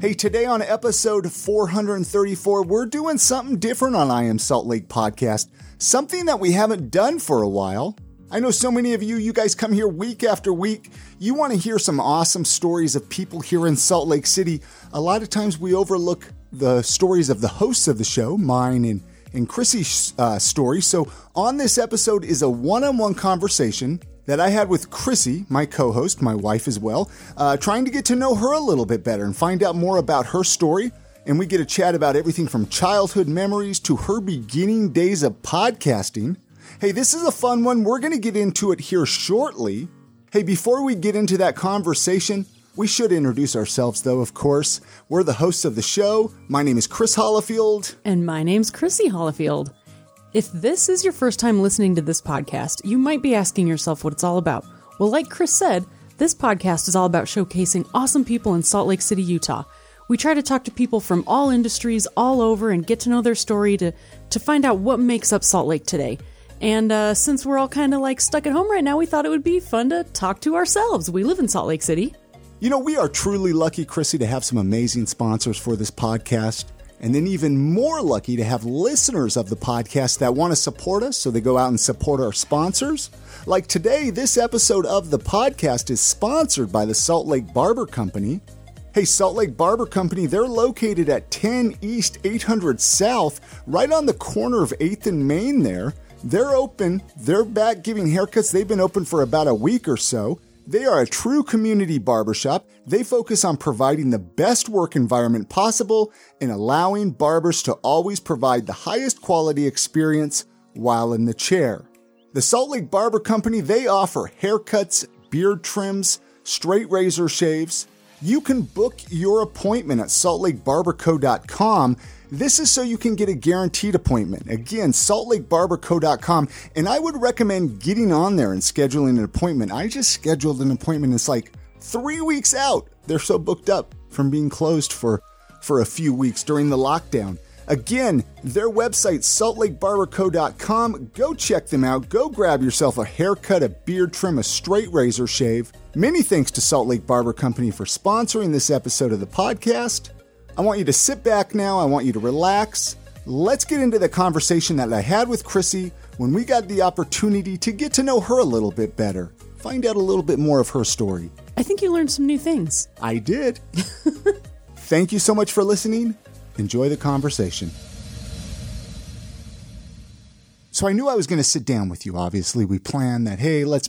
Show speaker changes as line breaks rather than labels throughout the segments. Hey, today on episode 434, we're doing something different on I Am Salt Lake podcast, something that we haven't done for a while. I know so many of you, you guys come here week after week. You want to hear some awesome stories of people here in Salt Lake City. A lot of times we overlook the stories of the hosts of the show, mine and and Chrissy's uh, story. So, on this episode is a one on one conversation that I had with Chrissy, my co host, my wife as well, uh, trying to get to know her a little bit better and find out more about her story. And we get a chat about everything from childhood memories to her beginning days of podcasting. Hey, this is a fun one. We're going to get into it here shortly. Hey, before we get into that conversation, we should introduce ourselves, though, of course. We're the hosts of the show. My name is Chris Hollifield.
And my name's Chrissy Hollifield. If this is your first time listening to this podcast, you might be asking yourself what it's all about. Well, like Chris said, this podcast is all about showcasing awesome people in Salt Lake City, Utah. We try to talk to people from all industries, all over, and get to know their story to, to find out what makes up Salt Lake today. And uh, since we're all kind of like stuck at home right now, we thought it would be fun to talk to ourselves. We live in Salt Lake City.
You know, we are truly lucky, Chrissy, to have some amazing sponsors for this podcast. And then even more lucky to have listeners of the podcast that want to support us. So they go out and support our sponsors. Like today, this episode of the podcast is sponsored by the Salt Lake Barber Company. Hey, Salt Lake Barber Company, they're located at 10 East 800 South, right on the corner of 8th and Main there. They're open, they're back giving haircuts. They've been open for about a week or so. They are a true community barbershop. They focus on providing the best work environment possible and allowing barbers to always provide the highest quality experience while in the chair. The Salt Lake Barber Company, they offer haircuts, beard trims, straight razor shaves. You can book your appointment at saltlakebarberco.com. This is so you can get a guaranteed appointment. Again, saltlakebarberco.com. And I would recommend getting on there and scheduling an appointment. I just scheduled an appointment. It's like three weeks out. They're so booked up from being closed for, for a few weeks during the lockdown. Again, their website, saltlakebarberco.com. Go check them out. Go grab yourself a haircut, a beard trim, a straight razor shave. Many thanks to Salt Lake Barber Company for sponsoring this episode of the podcast. I want you to sit back now. I want you to relax. Let's get into the conversation that I had with Chrissy when we got the opportunity to get to know her a little bit better, find out a little bit more of her story.
I think you learned some new things.
I did. Thank you so much for listening. Enjoy the conversation. So I knew I was going to sit down with you. Obviously, we planned that. Hey, let's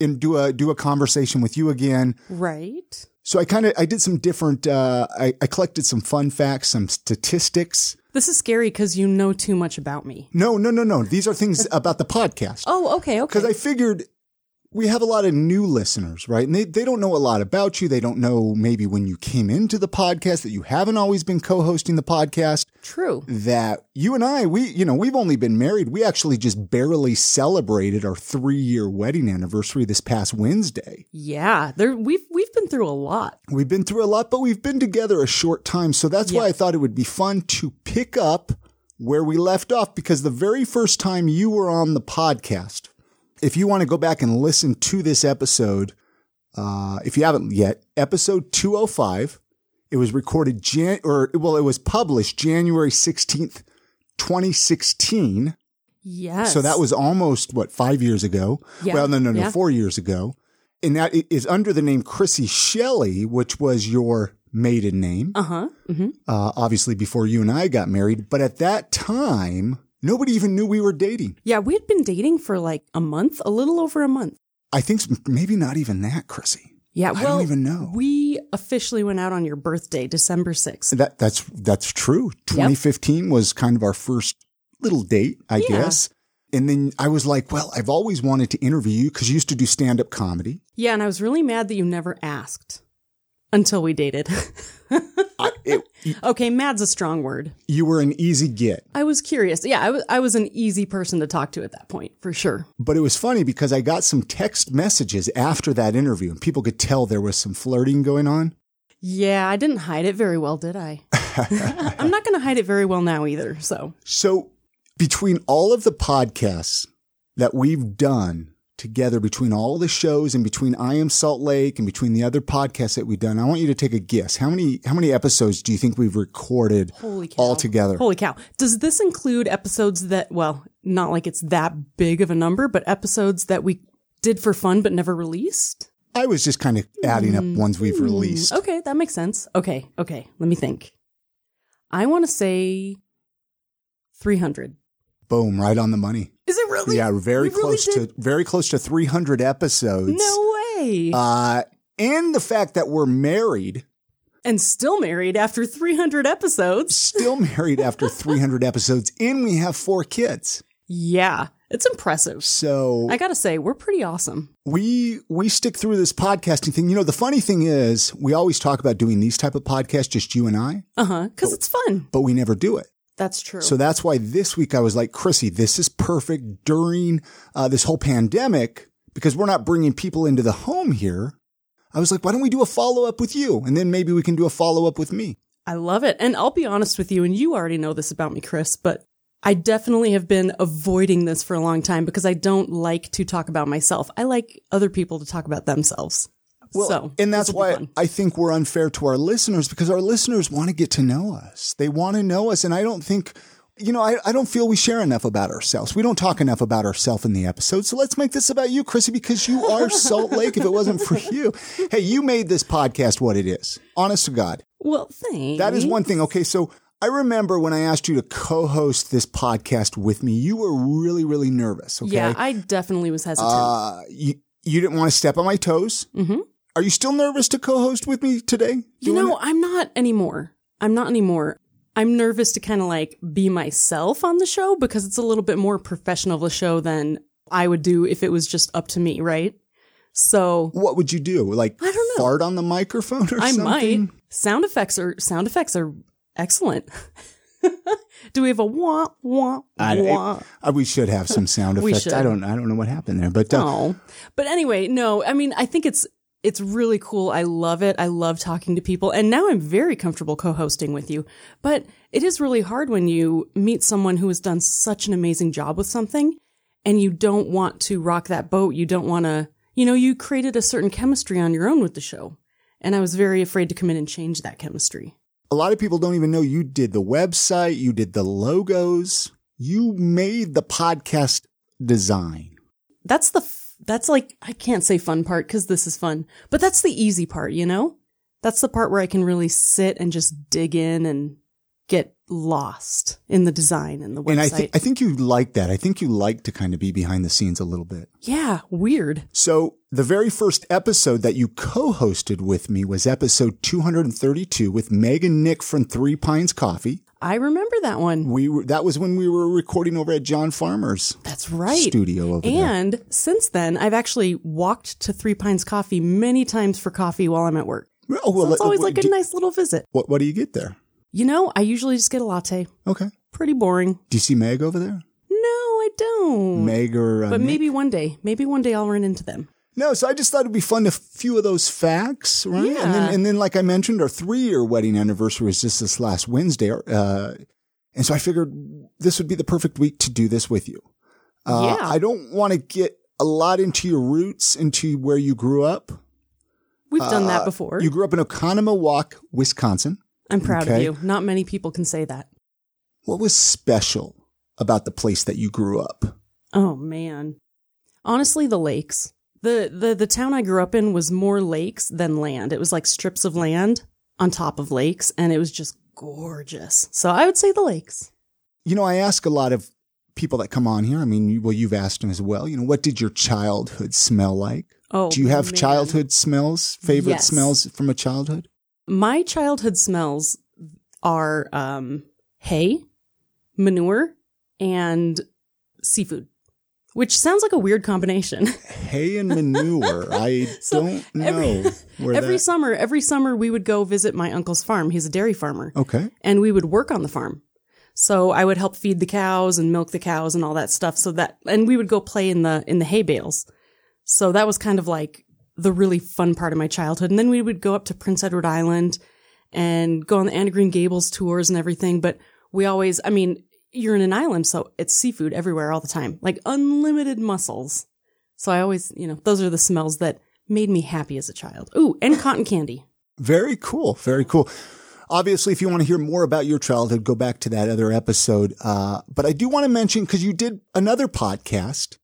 and do a do a conversation with you again.
Right.
So I kind of I did some different. Uh, I, I collected some fun facts, some statistics.
This is scary because you know too much about me.
No, no, no, no. These are things about the podcast.
Oh, okay, okay.
Because I figured we have a lot of new listeners, right? And they, they don't know a lot about you. They don't know maybe when you came into the podcast that you haven't always been co hosting the podcast.
True.
That you and I, we, you know, we've only been married. We actually just barely celebrated our three year wedding anniversary this past Wednesday.
Yeah, there we've we've been through a lot.
We've been through a lot, but we've been together a short time. So that's why
Yeah.
I thought it would be fun to pick up where we left off because the very first time you were on the podcast, if you want to go back and listen to this episode, uh, if you haven't yet, episode 205, it was recorded Jan or well, it was published January 16th, 2016.
Yes.
So that was almost what five years ago.
Yeah.
Well, no, no, no,
Yeah.
four years ago, and that i- is under the name Chrissy Shelley, which was your maiden name,
Uh huh. hmm
uh, obviously before you and I got married. But at that time, nobody even knew we were dating.
Yeah, we had been dating for like a month, a little over a month.
I think s- maybe not even that, Chrissy.
Yeah.
I don't
well,
even know.
We officially went out on your birthday, December sixth.
That that's that's true. 2015 was kind of our first little date, I
Yeah.
guess. And then I was like, well, I've always wanted to interview you because you used to do stand up comedy.
Yeah, and I was really mad that you never asked until we dated.
I, it,
okay, mad's a strong word.
you were an easy get.
I was curious. Yeah, I was I was an easy person to talk to at that point, for sure.
But it was funny because I got some text messages after that interview, and people could tell there was some flirting going on.
Yeah, I didn't hide it very well, did I? I'm not going to hide it very well now either. So,
So, between all of the podcasts that we've done together between all the shows and between I Am Salt Lake and between the other podcasts that we've done, I want you to take a guess. How many how many episodes do you think we've recorded
Holy cow.
all together?
Holy cow. Does this include episodes that, well, not like it's that big of a number, but episodes that we did for fun but never released? Hmm.
I was just kind of adding up ones we've released.
Mm, Okay, that makes sense. Okay, okay. Let me think. I want to say 300.
Boom, right on the money.
Is it really?
Yeah, very
We really
close
did-
to very close to 300 episodes.
No way.
Uh and the fact that we're married,
and still married after 300 episodes.
still married after 300 episodes and we have four kids.
Yeah, it's impressive.
So
I got to say, we're pretty awesome.
we we stick through this podcasting thing. You know, the funny thing is, we always talk about doing these type of podcasts, just you and I,
Uh huh. Because it's fun.
but we never do it.
That's true.
Oh. So that's why this week I was like, Chrissy, this is perfect during uh, this whole pandemic because we're not bringing people into the home here. I was like, why don't we do a follow up with you, and then maybe we can do a follow up with me.
I love it. And I'll be honest with you, and you already know this about me, Chris, but I definitely have been avoiding this for a long time because I don't like to talk about myself. I like other people to talk about themselves.
Well,
so,
and that's
this will be
why
fun.
I think we're unfair to our listeners because our listeners want to get to know us. They want to know us. And I don't think, you know, I, I don't feel we share enough about ourselves. We don't talk enough about ourselves in the episode. So let's make this about you, Chrissy, because you are Salt Lake if it wasn't for you. Hey, you made this podcast what it is. Honest to God.
well, thanks.
That is one thing. Okay, so I remember when I asked you to co host this podcast with me, you were really, really nervous. Okay.
Yeah, I definitely was hesitant.
uh, you, you didn't want to step on my toes.
hmm
Are you still nervous to co-host with me today?
You
Doing
know,
it?
I'm not anymore. I'm not anymore. I'm nervous to kind of like be myself on the show because it's a little bit more professional of a show than I would do if it was just up to me, right? So
what would you do? Like
I don't know.
fart on the microphone or
I
something?
might. Sound effects are sound effects are excellent. do we have a wah wah
I- it-
wah?
Uh, we should have some sound
We
effects.
should.
I don't I don't know what happened there, but uh,
Oh, but anyway, no. I mean, I think it's it's really cool. I love it. I love talking to people, and now I'm very comfortable co-hosting with you. But it is really hard when you meet someone who has done such an amazing job with something, and you don't want to rock that boat. You don't want to, you know, you created a certain chemistry on your own with the show, and I was very afraid to come in and change that chemistry.
a lot of people don't even know you did the website, you did the logos, you made the podcast design.
That's the f- that's like I can't say fun part because this is fun, but that's the easy part, you know. That's the part where I can really sit and just dig in and get lost in the design and the website.
And I think I think you like that. I think you like to kind of be behind the scenes a little bit.
yeah, weird.
So the very first episode that you co-hosted with me was episode 232 with Megan Nick from Three Pines Coffee.
I remember that one.
We were, that was when we were recording over at John Farmer's
That's right.
studio over there.
and since then, I've actually walked to Three Pines Coffee many times for coffee while I'm at work.
Oh, well,
It's
let-
always
what-
like a
do-
nice little visit.
what, what do you get there?
You know, I usually just get a latte.
Okay.
Pretty boring.
Do you see Meg over there?
No, I don't.
Meg or uh,
Mm. but
Nick?
maybe one day. Maybe one day I'll run into them.
no? So I just thought it'd be fun to f- few of those facts, right? And
Yeah.
then, and then, like I mentioned, our three-year wedding anniversary was just this last Wednesday, uh, and so I figured this would be the perfect week to do this with you. Uh,
Yeah.
I don't want to get a lot into your roots, into where you grew up.
We've done
Uh,
that before.
You grew up in Oconomowoc, Wisconsin.
I'm proud
okay.
of you. Not many people can say that.
What was special about the place that you grew up?
Oh man. Honestly, the lakes. The, the the town I grew up in was more lakes than land. It was like strips of land on top of lakes and it was just gorgeous. So I would say the lakes.
You know, I ask a lot of people that come on here. I mean, you, well, you've asked them as well. You know, what did your childhood smell like?
Oh.
Do you have
man.
childhood smells, favorite
Yes.
smells from a childhood?
My childhood smells are um hay, manure, and seafood. Which sounds like a weird combination.
Hay and manure. I
So
don't
every-
know where
every
that.
summer, every summer we would go visit my uncle's farm. He's a dairy farmer.
okay.
and we would work on the farm. So I would help feed the cows and milk the cows and all that stuff. So that, and we would go play in the, in the hay bales. So that was kind of like the really fun part of my childhood. And then we would go up to Prince Edward Island and go on the Anna Green Gables tours and everything. But we always, I mean, you're in an island, so it's seafood everywhere all the time, like unlimited mussels. So I always, you know, those are the smells that made me happy as a child. Ooh, and cotton candy.
Very cool. Very cool. Obviously, if you want to hear more about your childhood, go back to that other episode. Uh, but I do want to mention because you did another podcast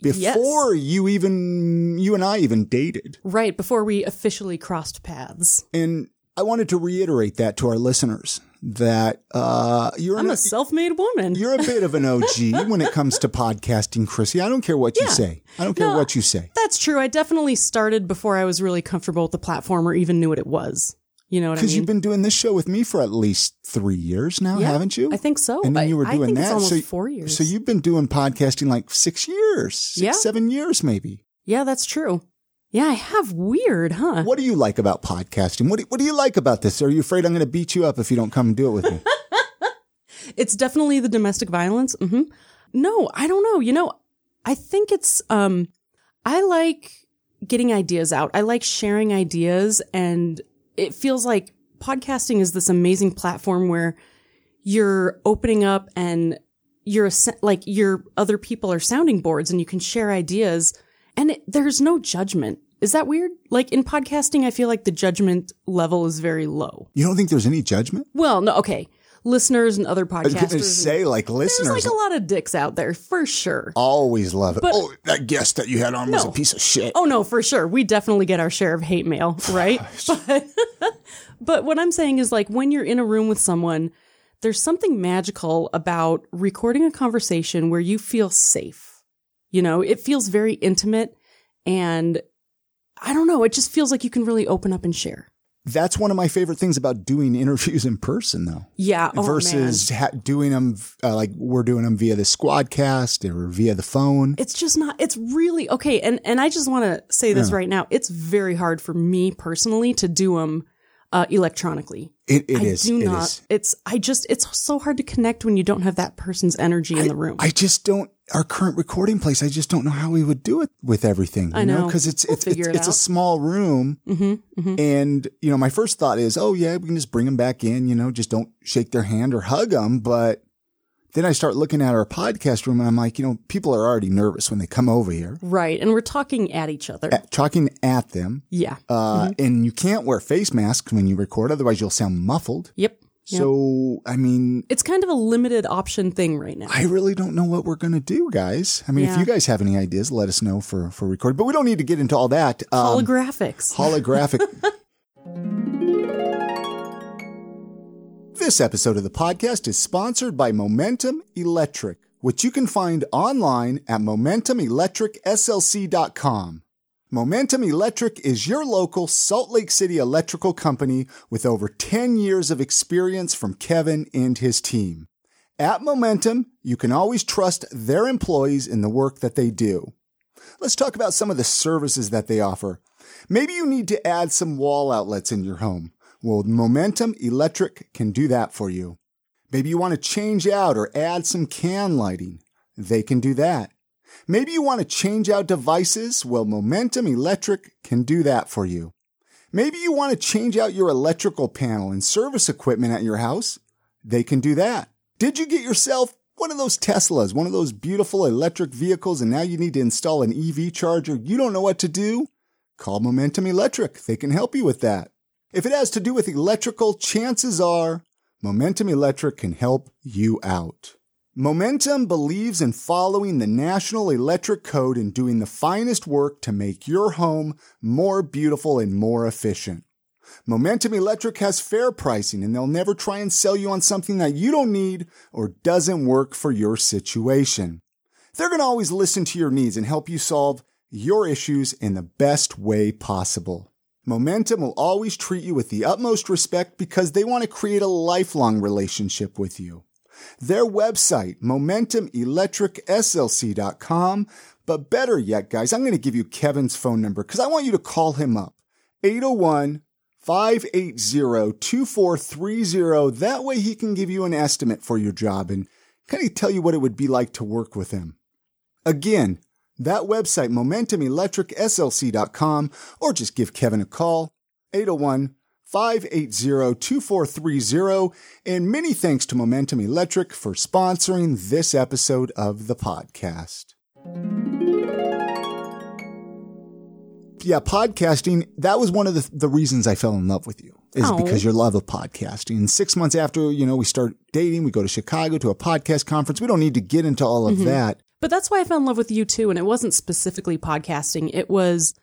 Yes.
before you even you and I even dated,
Right before we officially crossed paths.
and I wanted to reiterate that to our listeners that uh, you're
I'm
an-
a self-made woman.
you're a bit of an OG when it comes to podcasting, Chrissy. I don't care what you
Yeah.
say. I don't care
No.
what you say.
That's true. I definitely started before I was really comfortable with the platform or even knew what it was. You know what I
Because
mean?
you've been doing this show with me for at least three years now,
Yeah,
haven't you?
I think so.
And then
I-
you were
I
doing
think
that
it's almost
so,
four years.
So you've been doing podcasting like six years, six,
Yeah.
seven years maybe.
yeah, that's true. Yeah, I have weird, huh?
What do you like about podcasting? What do, what do you like about this? Are you afraid I'm going to beat you up if you don't come and do it with me?
It's definitely the domestic violence. hmm No, I don't know. You know, I think it's um, I like getting ideas out. I like sharing ideas, and it feels like podcasting is this amazing platform where you're opening up and you're a, se- like your other people are sounding boards and you can share ideas and it, there's no judgment. Is that weird? Like in podcasting, I feel like the judgment level is very low.
you don't think there's any judgment?
Well, no, okay. Listeners and other
I was going to
podcasters.
say, like,
There's
listeners
like a lot of dicks out there for sure.
always love it.
But-
oh, that guest that you had on was a
No.
piece of shit.
Oh no, for sure. We definitely get our share of hate mail, right? but, but what I'm saying is like when you're in a room with someone, there's something magical about recording a conversation where you feel safe. You know, it feels very intimate and I don't know, it just feels like you can really open up and share.
That's one of my favorite things about doing interviews in person, though.
Yeah, oh, man.
versus ha- doing them uh, like we're doing them via the squadcast or via the phone.
it's just not it's really okay and and i just want to say this right now it's very hard for me personally to do them uh, electronically
It, it
i
is.
do
it
not
is.
it's i just it's so hard to connect when you don't have that person's energy in the room
I just don't. Our current recording place. I just don't know how we would do it with everything. You
I know.
because it's
We'll
it's it's,
figure it
it's a
out. Mm-hmm,
small room, and you know my first thought is, oh yeah, we can just bring them back in. You know, just don't shake their hand or hug them. But then I start looking at our podcast room, and I'm like, you know, people are already nervous when they come over here,
right and we're talking at each other
at, talking at them.
yeah
Uh, and you can't wear face masks when you record, otherwise you'll sound muffled.
yep
So, I mean,
it's kind of a limited option thing right now
I really don't know what we're going to do, guys. I mean, if
Yeah.
you guys have any ideas, let us know for, for recording, but we don't need to get into all that. Um,
holographics
holographic. this episode of the podcast is sponsored by Momentum Electric, which you can find online at momentumelectricslc.com. Momentum Electric is your local Salt Lake City electrical company with over 10 years of experience from Kevin and his team. At Momentum, you can always trust their employees in the work that they do. Let's talk about some of the services that they offer. Maybe you need to add some wall outlets in your home. Well, Momentum Electric can do that for you. Maybe you want to change out or add some can lighting. They can do that. Maybe you want to change out devices. Well, Momentum Electric can do that for you. Maybe you want to change out your electrical panel and service equipment at your house. They can do that. Did you get yourself one of those Teslas, one of those beautiful electric vehicles, and now you need to install an EV charger? You don't know what to do? Call Momentum Electric. They can help you with that. If it has to do with electrical, chances are Momentum Electric can help you out. Momentum believes in following the National Electric Code and doing the finest work to make your home more beautiful and more efficient. Momentum Electric has fair pricing and they'll never try and sell you on something that you don't need or doesn't work for your situation. They're going to always listen to your needs and help you solve your issues in the best way possible. Momentum will always treat you with the utmost respect because they want to create a lifelong relationship with you. Their website, momentumelectricslc.com. But better yet, guys, I'm going to give you Kevin's phone number because I want you to call him up 801 580 2430. That way he can give you an estimate for your job and kind of tell you what it would be like to work with him. Again, that website, momentumelectricslc.com, or just give Kevin a call, 801 580 2430. And many thanks to Momentum Electric for sponsoring this episode of the podcast. yeah, podcasting, that was one of the, the reasons I fell in love with you is
Oh.
because your love of podcasting. And six months after, you know, we start dating, we go to Chicago to a podcast conference. We don't need to get into all of that.
But that's why I fell in love with you too. And it wasn't specifically podcasting, it was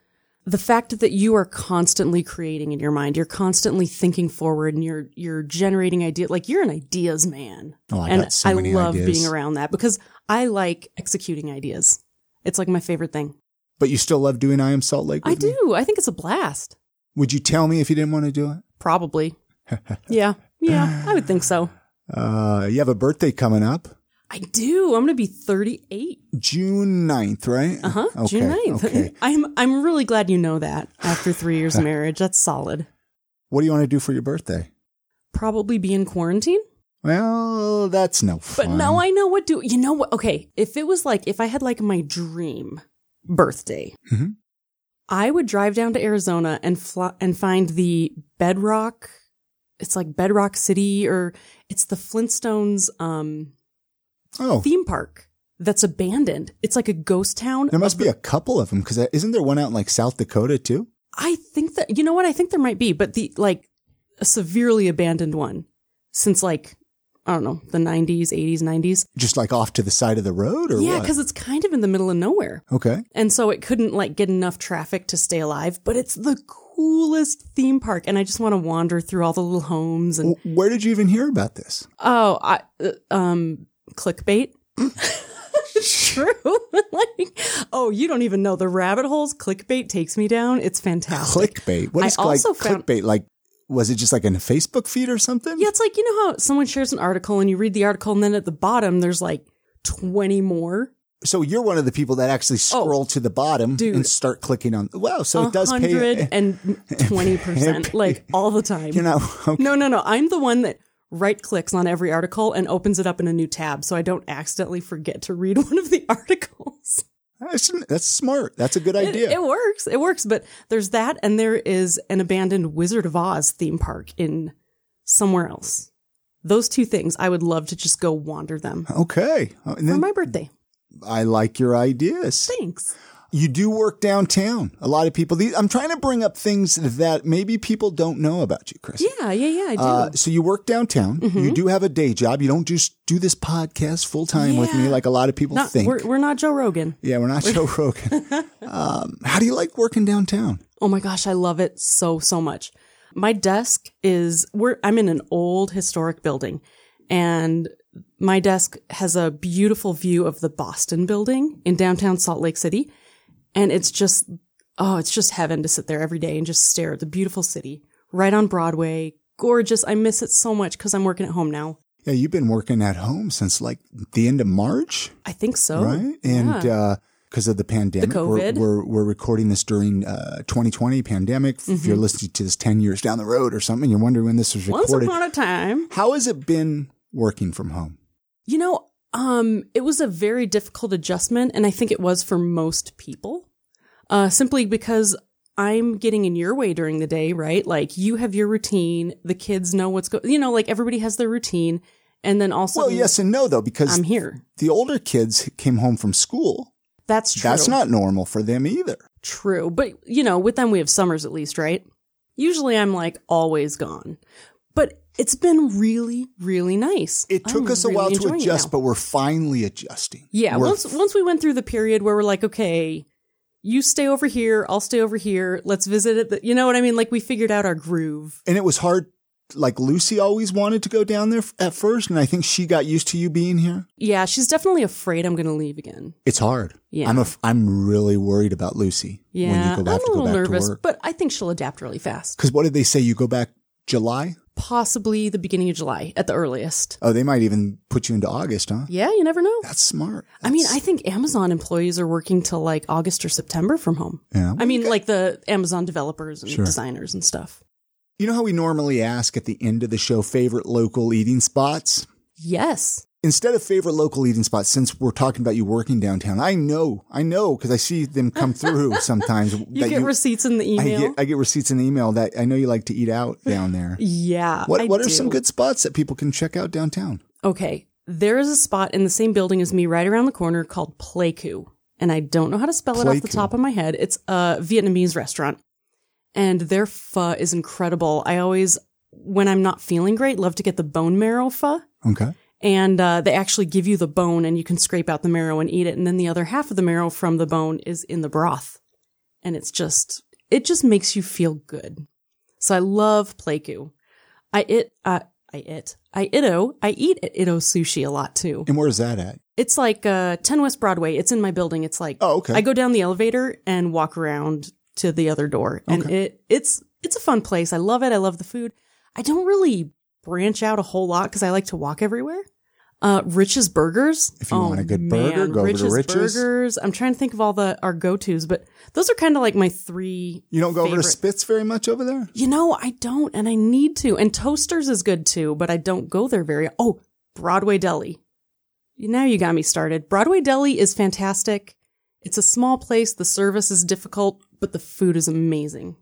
the fact that you are constantly creating in your mind. You're constantly thinking forward and you're you're generating ideas. Like you're an ideas man.
Oh, I
and
got so
I
many
love
ideas.
being around that because I like executing ideas. It's like my favorite thing.
But you still love doing I Am Salt Lake?
I
with me?
do. I think it's a blast.
Would you tell me if you didn't want to do it?
Probably. yeah. Yeah. I would think so.
Uh, you have a birthday coming up.
I do. I'm going to be 38.
June 9th, right?
Uh huh. June 9th.
Okay.
I'm, I'm really glad you know that after three years of marriage. That's solid.
What do you want to do for your birthday?
Probably be in quarantine.
Well, that's no
But
fun.
no, I know what do you know what? Okay. If it was like, if I had like my dream birthday,
Mhm.
I would drive down to Arizona and fly, and find the bedrock. It's like Bedrock City or it's the Flintstones, um,
oh,
theme park that's abandoned. It's like a ghost town.
there must be a couple of them because isn't there one out in like South Dakota too?
I think that you know what I think there might be, but the like a severely abandoned one since like I don't know the nineties, eighties, nineties.
Just like off to the side of the road or
Yeah,
what?
because it's kind of in the middle of nowhere,
okay.
and so it couldn't like get enough traffic to stay alive. But it's the coolest theme park, and I just want to wander through all the little homes and
W- Where did you even hear about this?
oh, I uh, um clickbait. It's True. like, oh, you don't even know the rabbit holes clickbait takes me down. It's fantastic.
Clickbait. What
Oh, I
is like
also found-
clickbait? Like, was it just like in a Facebook feed or something?
Yeah, it's like you know how someone shares an article and you read the article and then at the bottom there's like 20 more.
So you're one of the people that actually scroll to the bottom
Oh. dude.
and start clicking on. Wow. So it does pay.
120% like all the time.
You know, okay.
No, no, no. I'm the one that right clicks on every article and opens it up in a new tab so I don't accidentally forget to read one of the articles.
that's, that's smart. That's a good
It,
idea.
it works. It works, but there's that and there is an abandoned Wizard of Oz theme park in somewhere else. Those two things, I would love to just go wander them
okay. Oh, And
for
then
my birthday.
I like your ideas.
Thanks.
You do work downtown. A lot of people. These, I'm trying to bring up things that maybe people don't know about you, Chris.
Yeah, Mm-hmm. yeah, yeah, I do.
Uh, so you work downtown. You do have a day job. You don't just do this podcast full time with me
Yeah.
like a lot of people
Not-
think.
We're, we're not Joe Rogan.
yeah, we're not Joe Rogan. um, how do you like working downtown?
Oh my gosh, I love it so so much. My desk is we're I'm in an old historic building, and my desk has a beautiful view of the Boston Building in downtown Salt Lake City, and it's just oh, it's just heaven to sit there every day and just stare at the beautiful city right on Broadway. Gorgeous. I miss it so much because I'm working at home now.
Yeah, you've been working at home since like the end of March,
I think so.
right? And because of the pandemic,
COVID.
We're, we're we're recording this during uh, 2020 pandemic. If you're listening to this 10 years down the road or something, you're wondering when this was
Mm-hmm. Once
recorded.
upon a time.
How has it been working from home?
You know, um, it was a very difficult adjustment, and I think it was for most people, uh, simply because I'm getting in your way during the day, right? Like you have your routine, the kids know what's going. You know, like everybody has their routine, and then also,
Well, yes and no, though, because
I'm here.
the older kids came home from school.
That's true.
That's not normal for them either.
True. But, you know, with them, we have summers at least, right? Usually I'm like always gone. But it's been really, really nice.
It took
I'm
us a
really
while to
enjoying it now.
adjust, but we're finally adjusting.
Yeah,
We're-
once once we went through the period where we're like, okay, you stay over here, I'll stay over here. Let's visit it. You know what I mean? Like we figured out our groove.
and it was hard. Like Lucy always wanted to go down there f- at first, and I think she got used to you being here.
Yeah, she's definitely afraid I'm going to leave again.
It's hard.
Yeah.
I'm a, f- I'm really worried about Lucy. when you
Yeah,
go
I'm
have to
a
go
little
back
nervous,
to work.
but I think she'll adapt really fast.
Because what did they say? You go back July?
Possibly the beginning of July at the earliest.
Oh, they might even put you into August, huh?
Yeah, you never know.
That's smart.
I mean, I think Amazon employees are working till like August or September from home.
Yeah.
I mean, like the Amazon developers and
Sure.
designers and stuff.
You know how we normally ask at the end of the show favorite local eating spots?
Yes.
Instead of favorite local eating spots, since we're talking about you working downtown, I know, I know, because I see them come through sometimes.
You get receipts in the
I
email.
get I get receipts in email that I know you like to eat out down there.
yeah.
What
I
what are
do.
some good spots that people can check out downtown?
Okay, there is a spot in the same building as me right around the corner called Playku. and I don't know how to spell it off the
Pleiku.
top of my head. It's a Vietnamese restaurant, and their pho is incredible. I always, when I'm not feeling great, love to get the bone marrow pho
Okay.
and uh, they actually give you the bone and you can scrape out the marrow and eat it and then the other half of the marrow from the bone is in the broth and it's just it just makes you feel good so i love pleiku i it uh, i it i ito i eat at ito sushi a lot too
And where's that at?
it's like uh, 10 west broadway it's in my building it's like
Oh, okay.
i go down the elevator and walk around to the other door and it it's it's a fun place i love it i love the food i don't really branch out a whole lot because i like to walk everywhere uh, Rich's Burgers. Oh,
If you want a good burger, go over to
Rich's
Rich's.
Burgers. I'm trying to think of all the our go tos, but those are kind of like my three.
You don't go over to
favorite-
Spitz very much over there?
You know, I don't, and I need to. And Toasters is good too, but I don't go there very. Oh, Broadway Deli. Now you got me started. Broadway Deli is fantastic. It's a small place. The service is difficult, but the food is amazing.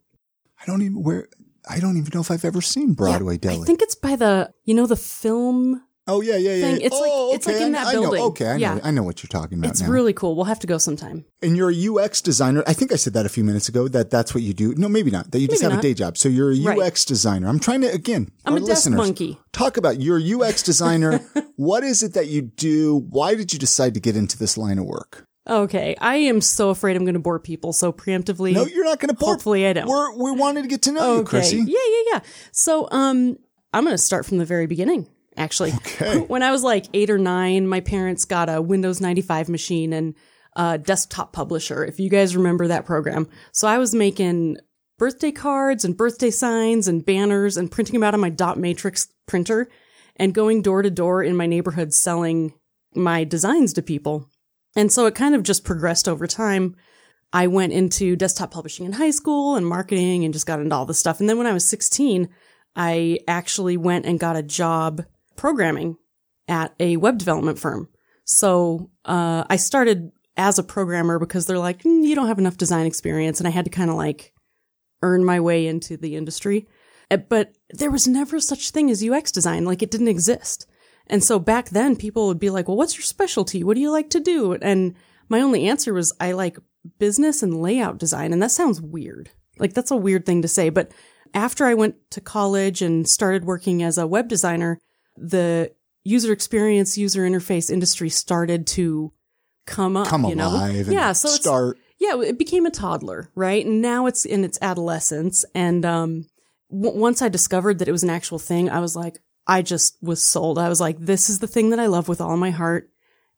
I don't even where I don't even know if I've ever seen Broadway
Yeah,
Deli.
I think it's by the, you know, the film.
oh yeah, yeah, yeah.
thing-
yeah.
it's like-
oh,
it's like
okay,
in
I-
that
I know.
building.
Okay, I
Yeah.
know. I know what you're talking about
It's
now.
really cool. We'll have to go sometime.
and you're a UX designer. I think I said that a few minutes ago that that's what you do. No, maybe not. That you just
Maybe
have
not.
a day job. So you're a
Right.
UX designer. I'm trying to again.
I'm
our
a desk
listeners,
monkey.
Talk about your UX designer. what is it that you do? Why did you decide to get into this line of work?
Okay. I am so afraid I'm going to bore people. So preemptively.
No, you're not going to bore.
Hopefully I don't.
We're we wanted to get to know you,
Okay.
Chrissy.
Yeah, yeah, yeah. So, um, I'm going to start from the very beginning, actually.
Okay.
When I was like eight or nine, my parents got a Windows 95 machine and a desktop publisher, if you guys remember that program. So I was making birthday cards and birthday signs and banners and printing them out on my dot matrix printer and going door to door in my neighborhood selling my designs to people. And so it kind of just progressed over time. I went into desktop publishing in high school and marketing and just got into all this stuff. And then when I was 16, I actually went and got a job programming at a web development firm. So uh, I started as a programmer because they're like, "Mm, you don't have enough design experience. And I had to kind of like earn my way into the industry. Uh, But there was never such thing as UX design. Like it didn't exist. And so back then people would be like, well, what's your specialty? What do you like to do? And my only answer was I like business and layout design. And that sounds weird. Like that's a weird thing to say. But after I went to college and started working as a web designer, the user experience, user interface industry started to come up,
Come
you know?
alive. And
yeah. So it's-
start.
yeah, it became a toddler, right? And now it's in its adolescence. And um, w- once I discovered that it was an actual thing, I was like, I just was sold. I was like, this is the thing that I love with all my heart.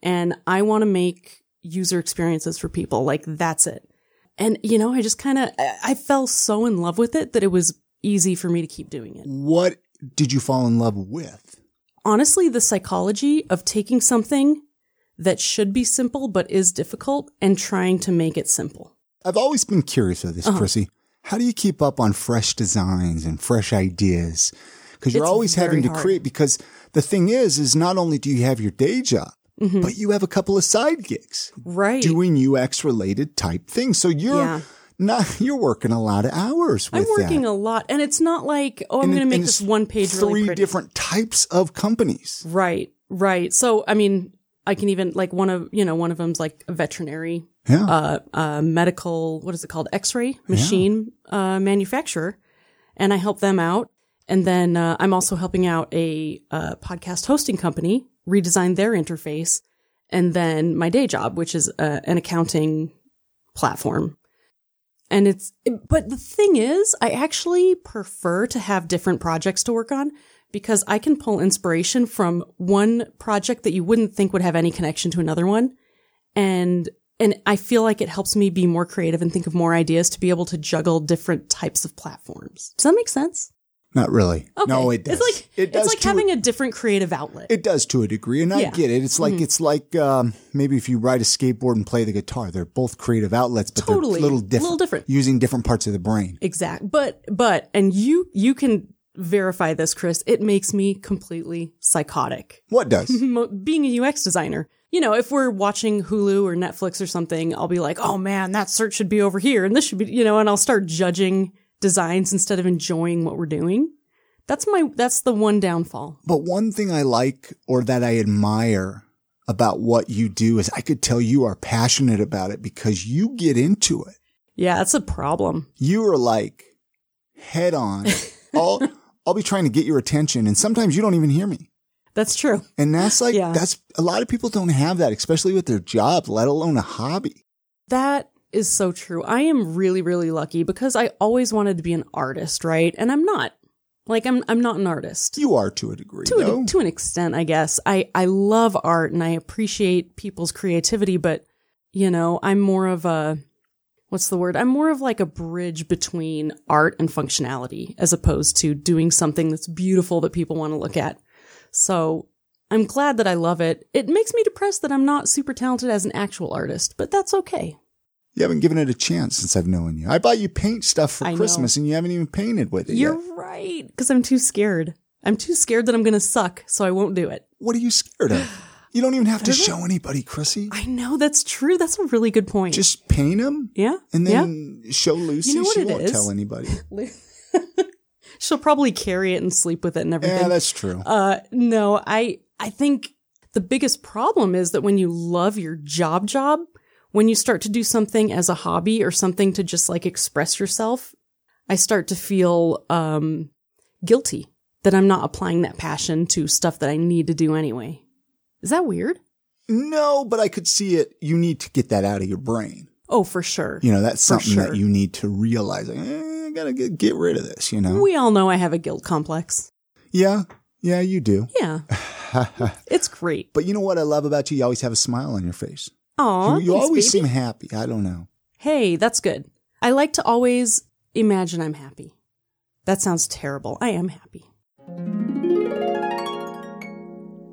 And I want to make user experiences for people. Like, that's it. And, you know, I just kind of, I-, I fell so in love with it that it was easy for me to keep doing it
What did you fall in love with?
honestly the psychology of taking something that should be simple but is difficult and trying to make it simple.
I've always been curious of this,
Uh-huh.
Chrissy. How do you keep up on fresh designs and fresh ideas? Because you're
It's
always having
very
to
hard.
create. Because the thing is, is not only do you have your day job, but you have a couple of side gigs
Mm-hmm. Right.
doing UX related type things. So you're
Yeah.
not you're working a lot of hours with
I'm working
that.
a lot and it's not like, oh, I'm
And
going to
it-
make
and
this
it's
one page
Three
really pretty.
different types of companies.
Right. Right. So, I mean, I can even like one of, you know, one of them's like a veterinary
Yeah.
uh, uh, medical, what is it called? X-ray machine uh, manufacturer. And I help them out. And then uh, I'm also helping out a uh, podcast hosting company redesign their interface. And then my day job, which is uh, an accounting platform. And it's, but the thing is, I actually prefer to have different projects to work on because I can pull inspiration from one project that you wouldn't think would have any connection to another one and and I feel like it helps me be more creative and think of more ideas to be able to juggle different types of platforms. Does that make sense?
not really. No,
Okay.
Oh, it does.
It's like
it does
it's like
to a
having a different creative outlet.
It does to a degree, and I
Yeah. Mm-hmm.
get it. It's like it's like um, maybe if you ride a skateboard and play the guitar, they're both creative outlets, but they're
Totally.
a little different,
Little different.
using different parts of the brain.
exact. But but and you you can verify this, Chris. It makes me completely psychotic.
What does?
mo- being a UX designer. You know, if we're watching Hulu or Netflix or something, I'll be like, oh man, that search should be over here and this should be, you know, and I'll start judging designs instead of enjoying what we're doing. That's my, that's the one downfall.
but one thing I like or that I admire about what you do is I could tell you are passionate about it because you get into it.
Yeah, that's a problem.
You are like head on. I'll, I'll be trying to get your attention and sometimes you don't even hear me.
That's true.
And that's like,
Yeah.
that's a lot of people don't have that, especially with their job, let alone a hobby.
That is so true. I am really, really lucky because I always wanted to be an artist, right? And I'm not. Like I'm I'm not an artist.
You are to a degree.
to,
though.
an, to an extent, I guess. I, I love art and I appreciate people's creativity, but you know, I'm more of a, what's the word? I'm more of like a bridge between art and functionality as opposed to doing something that's beautiful that people want to look at. So I'm glad that I love it. It makes me depressed that I'm not super talented as an actual artist, but that's okay.
You haven't given it a chance since I've known you. I buy you paint stuff for
I know.
Christmas and you haven't even painted with it
You're
yet.
right. Cause I'm too scared. I'm too scared that I'm going to suck. So I won't do it.
What are you scared of? You don't even have to show anybody, Chrissy.
I know that's true. That's a really good point.
Just paint them
yeah.
and
yeah.
then show Lucy.
You know what
she
it
won't
is?
tell anybody.
She'll probably carry it and sleep with it and everything.
yeah, that's true.
uh, no, I I think the biggest problem is that when you love your job job, when you start to do something as a hobby or something to just like express yourself, I start to feel um, guilty that I'm not applying that passion to stuff that I need to do anyway. Is that weird?
no, but I could see it. You need to get that out of your brain.
Oh, for sure.
You know, that's
For
something
sure.
that you need to realize. Like, eh, I gotta get, get rid of this, you know?
We all know I have a guilt complex.
yeah. Yeah, you do.
Yeah, it's great.
But you know what I love about you? You always have a smile on your face.
Aw,
you you
thanks,
always
baby.
seem happy. I don't know.
Hey, that's good. I like to always imagine I'm happy. That sounds terrible. I am happy.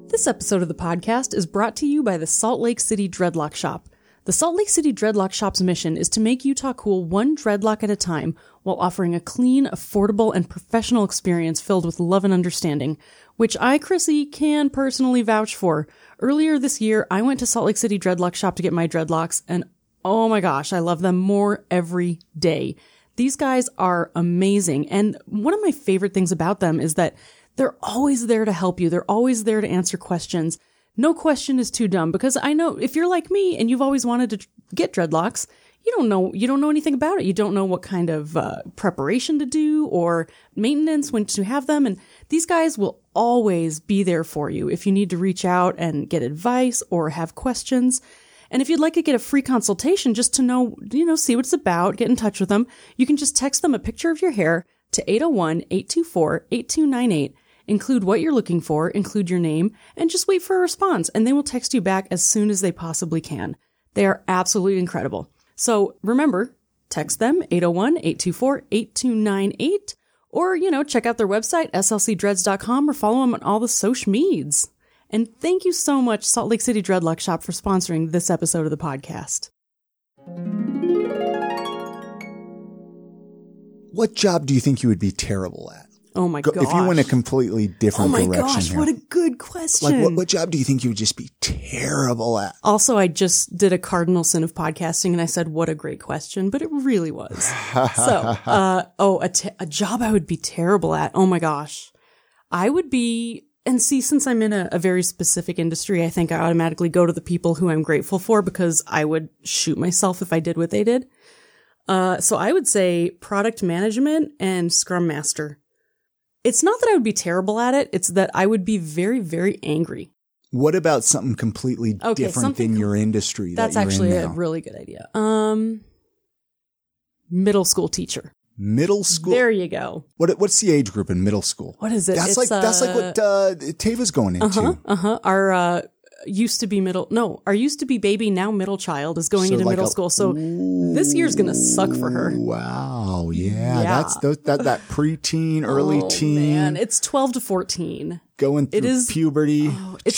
This episode of the podcast is brought to you by the Salt Lake City Dreadlock Shop. The Salt Lake City Dreadlock Shop's mission is to make Utah cool one dreadlock at a time while offering a clean, affordable, and professional experience filled with love and understanding, which I, Chrissy, can personally vouch for. Earlier this year, I went to Salt Lake City Dreadlock Shop to get my dreadlocks, and oh my gosh, I love them more every day. These guys are amazing. And one of my favorite things about them is that they're always there to help you. They're always there to answer questions. No question is too dumb because I know if you're like me and you've always wanted to tr- get dreadlocks, you don't know you don't know anything about it. You don't know what kind of uh, preparation to do or maintenance when to have them and these guys will always be there for you if you need to reach out and get advice or have questions. And if you'd like to get a free consultation just to know, you know, see what it's about, get in touch with them, you can just text them a picture of your hair to 801-824-8298. Include what you're looking for, include your name, and just wait for a response, and they will text you back as soon as they possibly can. They are absolutely incredible. So remember, text them 801-824-8298, or, you know, check out their website, slcdreads.com, or follow them on all the social medias. And thank you so much, Salt Lake City Dreadlock Shop, for sponsoring this episode of the podcast.
What job do you think you would be terrible at?
Oh my
Go,
gosh.
if you went a completely
oh
different
my
direction
gosh,
here,
what a good question.
like what, what job do you think you would just be terrible at?
also, I just did a cardinal sin of podcasting and I said, what a great question, but it really was. so, uh, oh, a, t- a job I would be terrible at. Oh my gosh. I would be, and see, since I'm in a, a very specific industry, I think I automatically go to the people who I'm grateful for because I would shoot myself if I did what they did. Uh, so I would say product management and scrum master. It's not that I would be terrible at it. It's that I would be very, very angry.
What about something completely
Okay,
different
something
than your industry?
That's
that you're
actually
in
a
now?
really good idea. Um, middle school teacher.
middle school.
There you go.
What, what's the age group in middle school?
What is it?
That's
It's,
like that's like what uh, Tava's going into.
Uh huh. Uh huh. Our uh, used to be middle. No, our used to be baby now middle child is going
So
into
like
middle
a-
school. So this year's gonna suck for her.
Wow, yeah,
Yeah.
that's those, that that preteen, early
Oh,
teen,
Man, it's twelve to fourteen.
going through
it is- oh,
puberty,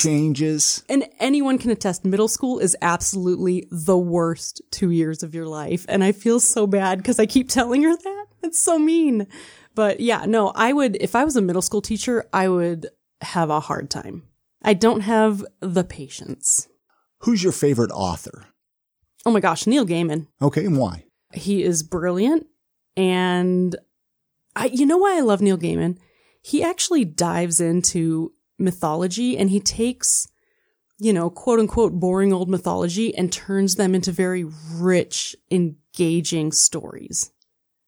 changes.
And anyone can attest, middle school is absolutely the worst two years of your life. And I feel so bad because I keep telling her that. It's so mean. But yeah, no, I would, if I was a middle school teacher, I would have a hard time. I don't have the patience.
Who's your favorite author?
Oh my gosh, Neil Gaiman.
Okay, and why?
He is brilliant. And I, you know why I love Neil Gaiman? He actually dives into mythology and he takes you know, quote unquote boring old mythology and turns them into very rich, engaging stories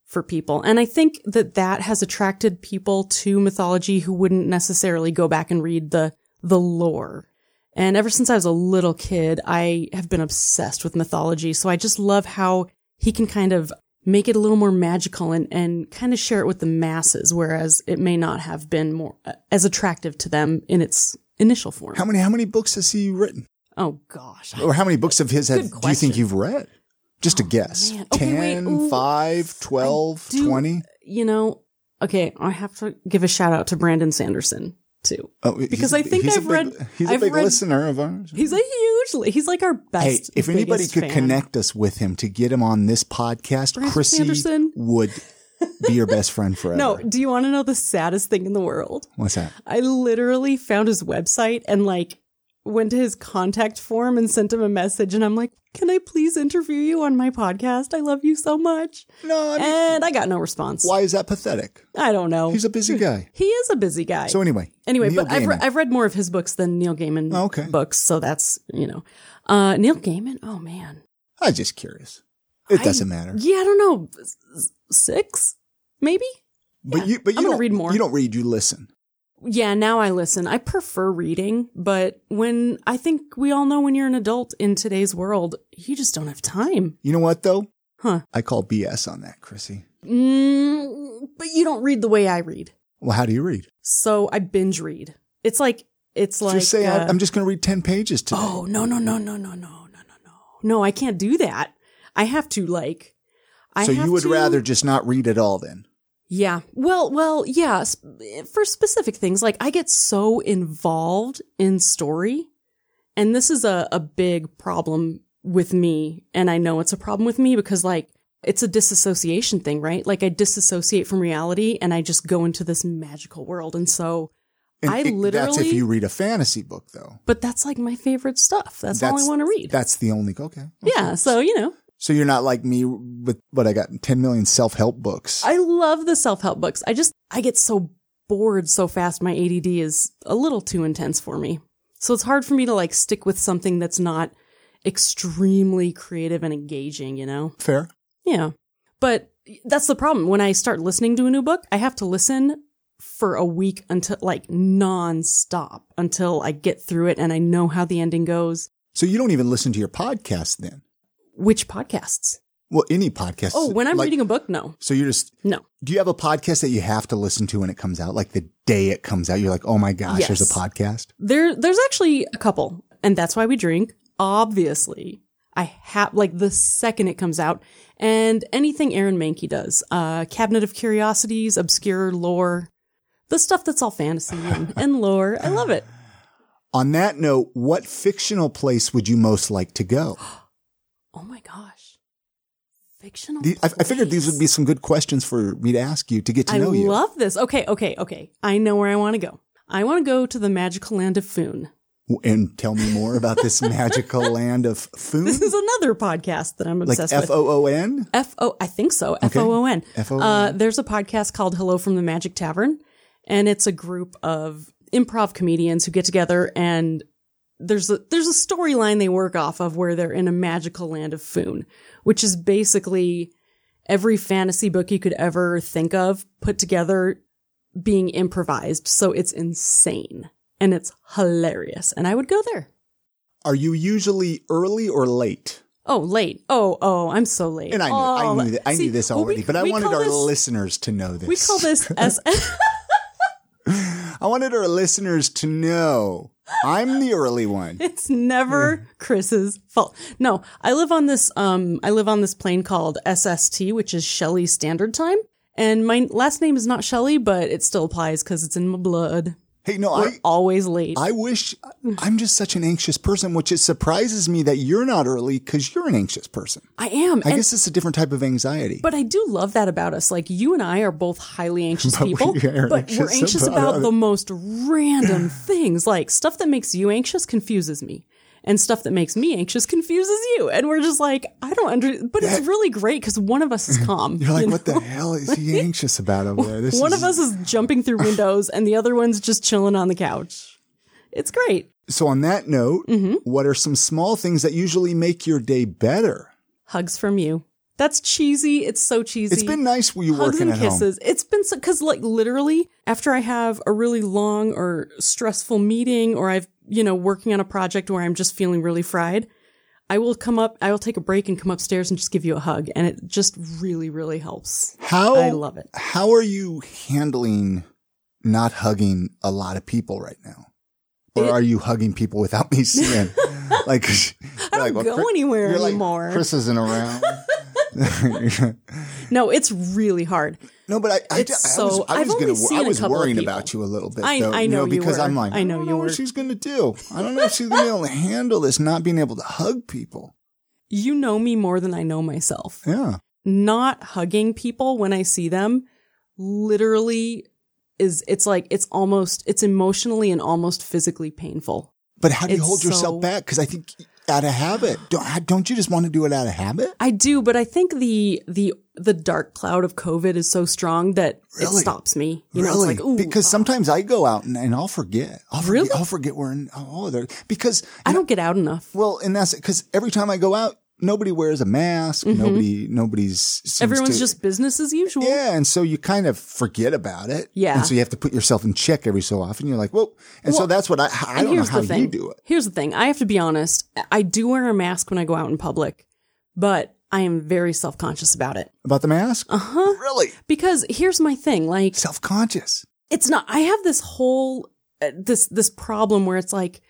for people. And I think that that has attracted people to mythology who wouldn't necessarily go back and read the, the lore. And ever since I was a little kid, I have been obsessed with mythology. So I just love how he can kind of make it a little more magical and, and kind of share it with the masses, whereas it may not have been more uh, as attractive to them in its initial form.
How many how many books has he written?
oh gosh.
Or how many books of his
Good
have, do you
question. Oh,
think you've read? Just a guess.
man. Okay, wait,
Ten,
ooh.
five, twelve,
do-
twenty.
You know, okay, I have to give a shout out to Brandon Sanderson too.
Oh, he's
Because
a-
I think
he's a
I've
big-
read-
He's a
I've
big
read-
listener of ours.
He's a huge, li- he's like our best.
Hey, if anybody
biggest
could
fan.
connect us with him to get him on this podcast,
Brandon
Chrissy
Sanderson?
would be your best friend forever.
No, do you want to know the saddest thing in the world?
What's that?
I literally found his website and like went to his contact form and sent him a message and I'm like, "Can I please interview you on my podcast? I love you so much."
No, I mean,
And I got no response.
why is that pathetic?
I don't know.
He's a busy guy.
he is a busy guy.
So anyway,
Anyway,
Neil
but I've, re-
Gaiman.
I've read more of his books than Neil Gaiman
Oh, okay.
books, so that's you know, uh, Neil Gaiman. Oh man,
I was just curious. It
I-
doesn't matter.
yeah, I don't know, s- six maybe.
But you, but you
I'm gonna
don't
read more.
You don't read. You listen.
Yeah, now I listen. I prefer reading, but when I think we all know when you're an adult in today's world, you just don't have time,
You know what though?
huh?
I call BS on that, Chrissy.
Mm, but you don't read the way I read,
Well, how do you read?
so I binge read. It's like it's like
just say I,
uh,
I'm just going to read ten pages today.
Oh no no no no no no no no no no! I can't do that. I have to like. I
so
have
you would
to-
rather just not read at all then?
Yeah. Well, well, yeah. sp- For specific things, like I get so involved in story, and this is a a big problem with me, and I know it's a problem with me because like it's a disassociation thing, right? Like I disassociate from reality, and I just go into this magical world, and so. I
That's if
literally-
you read a fantasy book though.
But that's like my favorite stuff. That's, all I want to read.
That's the only okay.
yeah. So you know.
So you're not like me with what I got 10 million self help books.
I love the self help books. I just, I get so bored so fast. My ADD is a little too intense for me. So it's hard for me to like stick with something that's not extremely creative and engaging, you know?
Fair.
Yeah. But that's the problem. When I start listening to a new book, I have to listen for a week until like nonstop until I get through it and I know how the ending goes.
So you don't even listen to your podcast then.
Which podcasts?
Well, any podcast.
Oh, when I'm
Like,
reading a book, no,
So you're just,
no.
do you have a podcast that you have to listen to when it comes out? Like the day it comes out, you're like, oh my gosh, there's
Yes.
a podcast.
There, there's actually a couple, and that's why we drink. Obviously, I have like the second it comes out, and anything Aaron Mankey does, uh, Cabinet of Curiosities, obscure lore, the stuff that's all fantasy and, and lore. I love it.
On that note, what fictional place would you most like to go?
Oh my gosh, fictional.
The- I, I figured these would be
place.
some good questions for me to ask you to get to
I
know you.
love this. Okay, okay, okay. I know where I want to go. I want to go to the magical land of Foon.
and tell me more about this magical land of Foon,
This is another podcast that I'm
like
obsessed with.
F O O N.
F O I think so. F O O N.
F-O-O-N.
Uh there's a podcast called Hello from the Magic Tavern and it's a group of improv comedians who get together and there's a there's a storyline they work off of where they're in a magical land of Foon, which is basically every fantasy book you could ever think of put together being improvised. So it's insane and it's hilarious and I would go there.
Are you usually early or late?
Oh, late. Oh, oh, I'm so late.
And I knew,
Oh,
I knew, that, I
see,
knew this
well, we-
already, but I
we
wanted
call
our
this-
listeners to know this.
We call this S.
I wanted our listeners to know I'm the early one.
it's never Chris's fault. No, I live on this. Um, I live on this plane called SST, which is Shelley Standard Time, and my last name is not Shelley, but it still applies because it's in my blood.
Hey, no,
We're
I,
always late.
I wish I'm just such an anxious person, which it surprises me that you're not early because you're an anxious person.
I am.
I
and,
guess it's a different type of anxiety.
but I do love that about us. Like you and I are both highly anxious
But we
people,
are
but we're
anxious
anxious
about
about
it.
the most random things. Like stuff that makes you anxious confuses me. And stuff that makes me anxious confuses you. And we're just like, I don't under, but it's really great because one of us is calm.
you're like, what the hell is he anxious about over there? This
One
is,
of us is jumping through windows and the other one's just chilling on the couch. It's great.
So, on that note,
Mm-hmm.
what are some small things that usually make your day better?
Hugs from you. That's cheesy. It's so cheesy.
It's been nice you
hugs
working
and
at home.
kisses. It's been so because like literally after I have a really long or stressful meeting or I've you know working on a project where I'm just feeling really fried, I will come up. I will take a break and come upstairs and just give you a hug, and it just really really helps.
How
I love it.
How are you handling not hugging a lot of people right now? Or
It-
are you hugging people without me seeing? like, I
don't go anywhere anymore."
Chris isn't around.
No, it's really hard.
No, but I, I,
It's
I was,
so-
I
I've
was
only
gonna, wor-
seen
I
a
was
couple of
worrying
people.
about you a little bit,
I-
though.
I
you know,
know you
because
were.
I'm like,
I know
don't
you
know what
were.
she's going to do. I don't know if she's going to be able to handle this, not being able to hug people.
You know me more than I know myself.
Yeah.
Not hugging people when I see them literally is it's like it's almost it's emotionally and almost physically painful.
But how do you
It's
hold
so-
yourself back? Because I think out of habit, don't, don't you just want to do it out of habit?
I do, but I think the the the dark cloud of COVID is so strong that it
Really?
stops me. You know,
really?
it's like ooh,
because
uh,
sometimes I go out and, and I'll forget. I'll forget,
Really?
I'll forget we're in. Oh, there because
I don't get out enough.
well, and that's because every time I go out, nobody wears a mask. Nobody, nobody's. seems
Mm-hmm. Everyone's
to-
just business as usual.
Yeah, and so you kind of forget about it.
Yeah.
and so you have to put yourself in check every so often. You're like, well, and so
Well,
that's what I. I
And
don't know
here's
how
the thing.
you do it.
Here's the thing. I have to be honest. I do wear a mask when I go out in public, but I am very self conscious about it.
About the mask? Uh
Uh-huh.
huh. Really?
Because here's my thing. Like
Self conscious.
it's not. I have this whole uh, this this problem where it's like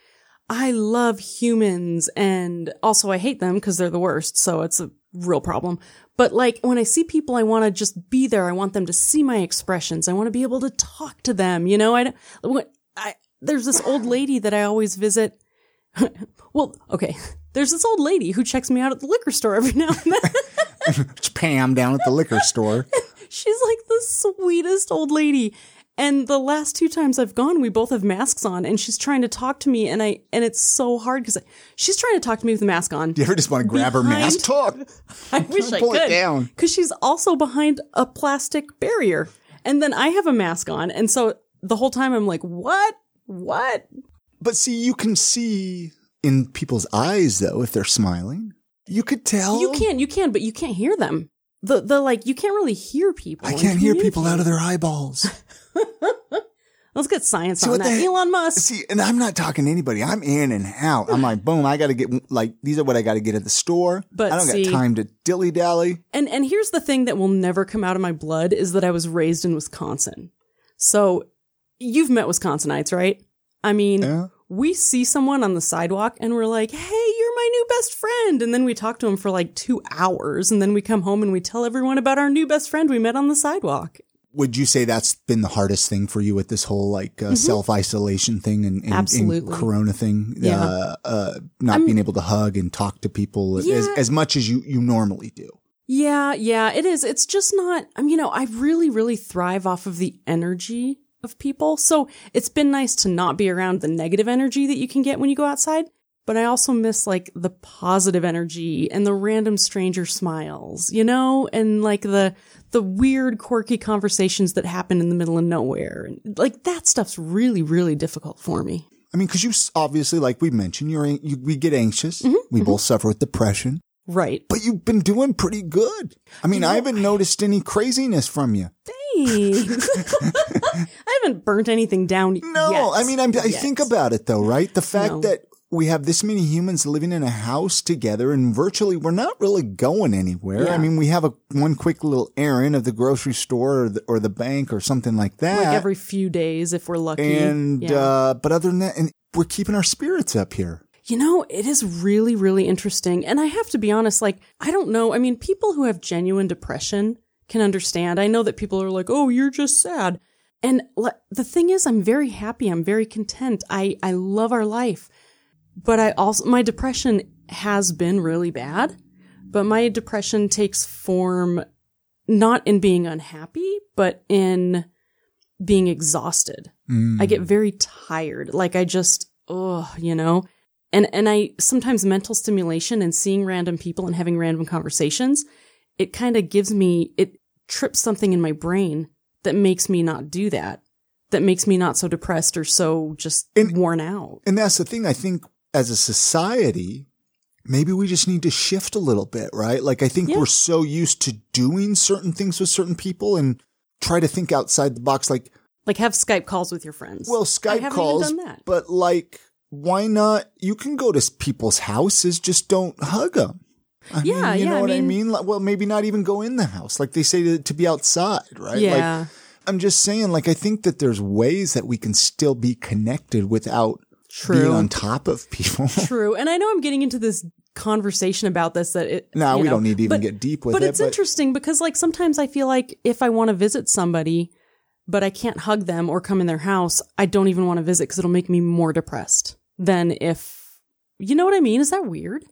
I love humans and also I hate them because they're the worst. So it's a real problem. But like when I see people, I want to just be there. I want them to see my expressions. I want to be able to talk to them. You know, I don't, what- I, there's this old lady that I always visit. well, okay. There's this old lady who checks me out at the liquor store every now and then.
It's Pam down at the liquor store.
She's like the sweetest old lady. And the last two times I've gone, we both have masks on, and she's trying to talk to me, and I and it's so hard because she's trying to talk to me with the mask on.
You ever just want to grab her
Behind-
mask? Talk.
I wish I
pull it
could
down.
because she's also behind a plastic barrier, and then I have a mask on, and so the whole time I'm like, what, what?
But see, you can see in people's eyes though if they're smiling. You could tell.
You can, you can, but you can't hear them. The the like you can't really hear people.
I
and
can't hear
communicate.
people out of their eyeballs.
Let's get science on
what
that.
the-
Elon Musk.
see, and I'm not talking to anybody. I'm in and out. I'm like, boom. I got to get like these are what I got to get at the store.
But
I don't
see-
got time to dilly dally.
And and here's the thing that will never come out of my blood is that I was raised in Wisconsin. So you've met Wisconsinites, right? I mean,
Yeah.
we see someone on the sidewalk and we're like, "Hey, you're my new best friend." And then we talk to him for like 2 hours and then we come home and we tell everyone about our new best friend we met on the sidewalk.
Would you say that's been the hardest thing for you with this whole like uh, self isolation thing and, and, and
Mm-hmm. Absolutely.
Corona thing?
Yeah.
Uh, uh, not being able to hug and talk to people as,
Yeah.
as much as you, you normally do.
Yeah, yeah, it is. It's just not, I mean, you know, I really, really thrive off of the energy of people. So it's been nice to not be around the negative energy that you can get when you go outside. But I also miss like the positive energy and the random stranger smiles, you know, and like the, the weird quirky conversations that happen in the middle of nowhere. And like that stuff's really, really difficult for me.
I mean, because you s- obviously, like we mentioned, you're an- you, we get anxious.
Mm-hmm.
We both suffer with depression,
Right.
but you've been doing pretty good. I mean, I haven't noticed any craziness from you.
Thanks. I haven't burnt anything down
No,
yet.
I mean, I'm, I
Yet.
think about it though, right? The fact
No.
that we have this many humans living in a house together and virtually we're not really going anywhere. I
Yeah.
mean, we have a one quick little errand of the grocery store or the, or the bank or something like that.
like every few days if we're lucky.
and,
Yeah.
uh, but other than that, and we're keeping our spirits up here.
you know, it is really, really interesting. And I have to be honest, like, I don't know. I mean, people who have genuine depression can understand. I know that people are like, oh, you're just sad. And le- the thing is, I'm very happy. I'm very content. I, I love our life. But I also, my depression has been really bad. But my depression takes form not in being unhappy, but in being exhausted. I
Mm.
get very tired. Like I just, oh, you know, and, and I sometimes mental stimulation and seeing random people and having random conversations, it kind of gives me, it trips something in my brain that makes me not do that. that makes me not so depressed or so just
And-
worn out.
And that's the thing. I think as a society, maybe we just need to shift a little bit, right? Like I think
Yeah.
we're so used to doing certain things with certain people and try to think outside the box. Like,
Like have Skype calls with your friends.
well,
I
Skype
haven't
calls,
even done that.
but like, why not? You can go to people's houses, just don't hug them. I
Yeah,
mean, you
yeah,
know
I
what I mean?
mean-
Like, well, maybe not even go in the house. Like they say to, to be outside, right? Like,
yeah.
I'm just saying, like, I think that there's ways that we can still be connected without being
True.
on top of people.
True. And I know I'm getting into this conversation about this that it
No,
you
we
know,
don't need to even
but-
get deep with
but
it.
it's interesting because like sometimes I feel like if I want to visit somebody but I can't hug them or come in their house, I don't even want to visit because it'll make me more depressed than if you know what I mean? Is that weird?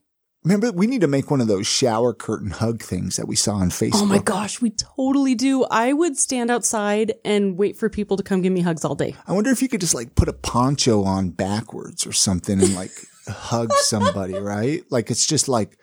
Remember, we need to make one of those shower curtain hug things that we saw on Facebook.
Oh my gosh, we totally do. I would stand outside and wait for people to come give me hugs all day.
I wonder if you could just like put a poncho on backwards or something and like hug somebody, right? Like it's just like,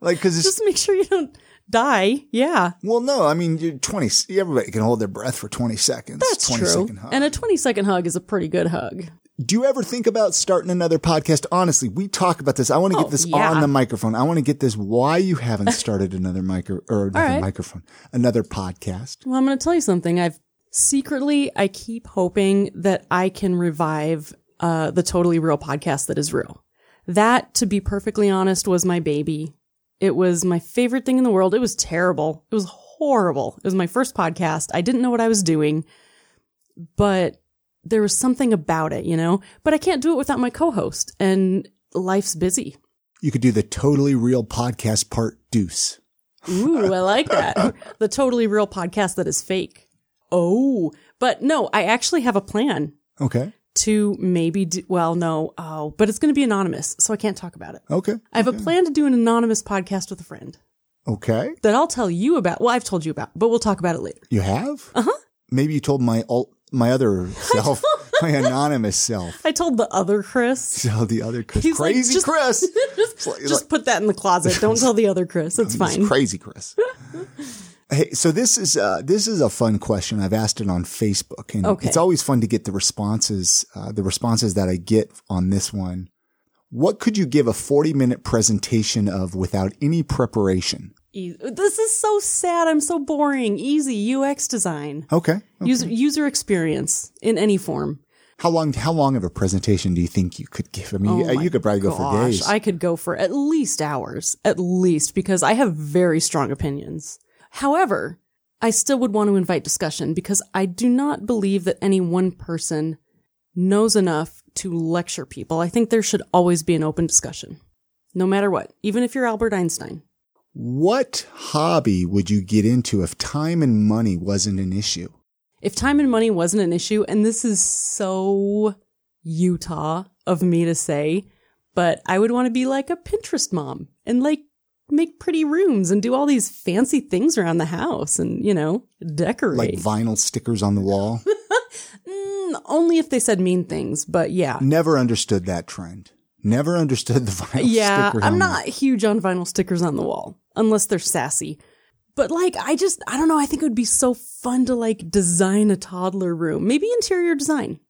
like because it's
Just make sure you don't die. Yeah.
well, no, I mean you're twenty. Everybody can hold their breath for twenty seconds.
That's
20
true.
second hug.
And a 20 second hug is a pretty good hug.
Do you ever think about starting another podcast? Honestly, we talk about this. I want to
Oh,
get this
yeah.
on the microphone. I want to get this. Why you haven't started another micro or another
right.
microphone, another podcast?
Well, I'm going to tell you something. I've secretly, I keep hoping that I can revive uh, the totally real podcast that is real. That, to be perfectly honest, was my baby. It was my favorite thing in the world. It was terrible. It was horrible. It was my first podcast. I didn't know what I was doing, but there was something about it, you know? But I can't do it without my co host, and life's busy.
You could do the totally real podcast part deuce.
Ooh, I like that. the totally real podcast that is fake. Oh, but no, I actually have a plan
Okay.
to maybe do, well, no, oh, but it's going to be anonymous, so I can't talk about it.
Okay.
I have a plan to do an anonymous podcast with a friend
Okay.
that I'll tell you about. Well, I've told you about, but we'll talk about it later.
You have?
Uh-huh.
Uh huh. Maybe you told my alt, my other self, my anonymous self.
I told the other Chris.
So the other Chris,
He's like,
crazy
just-
Chris,
just
like-
just put that in the closet. Don't tell the other Chris. It's
He's
fine.
crazy Chris. hey, so this is uh, this is a fun question. I've asked it on Facebook, and
Okay.
it's always fun to get the responses. Uh, the responses that I get on this one. What could you give a forty-minute presentation of without any preparation?
E- This is so sad. I'm so boring. Easy UX design,
Okay.
user user experience in any form.
How long? How long of a presentation do you think you could give? I mean,
Oh
you,
my
you could probably go for
gosh,
days.
I could go for at least hours, at least, because I have very strong opinions. However, I still would want to invite discussion because I do not believe that any one person knows enough to lecture people. I think there should always be an open discussion, no matter what, even if you're Albert Einstein.
What hobby would you get into if time and money wasn't an issue?
If time and money wasn't an issue, and this is so Utah of me to say, but I would want to be like a Pinterest mom and like make pretty rooms and do all these fancy things around the house and, you know,
Like
decorate.
vinyl stickers on the wall?
Mm, only if they said mean things, but yeah.
Never understood that trend. Never understood the vinyl
Yeah,
sticker.
I'm
on
not huge on vinyl stickers on the wall unless they're sassy. But like, I just, I don't know. I think it would be so fun to like design a toddler room. Maybe interior design.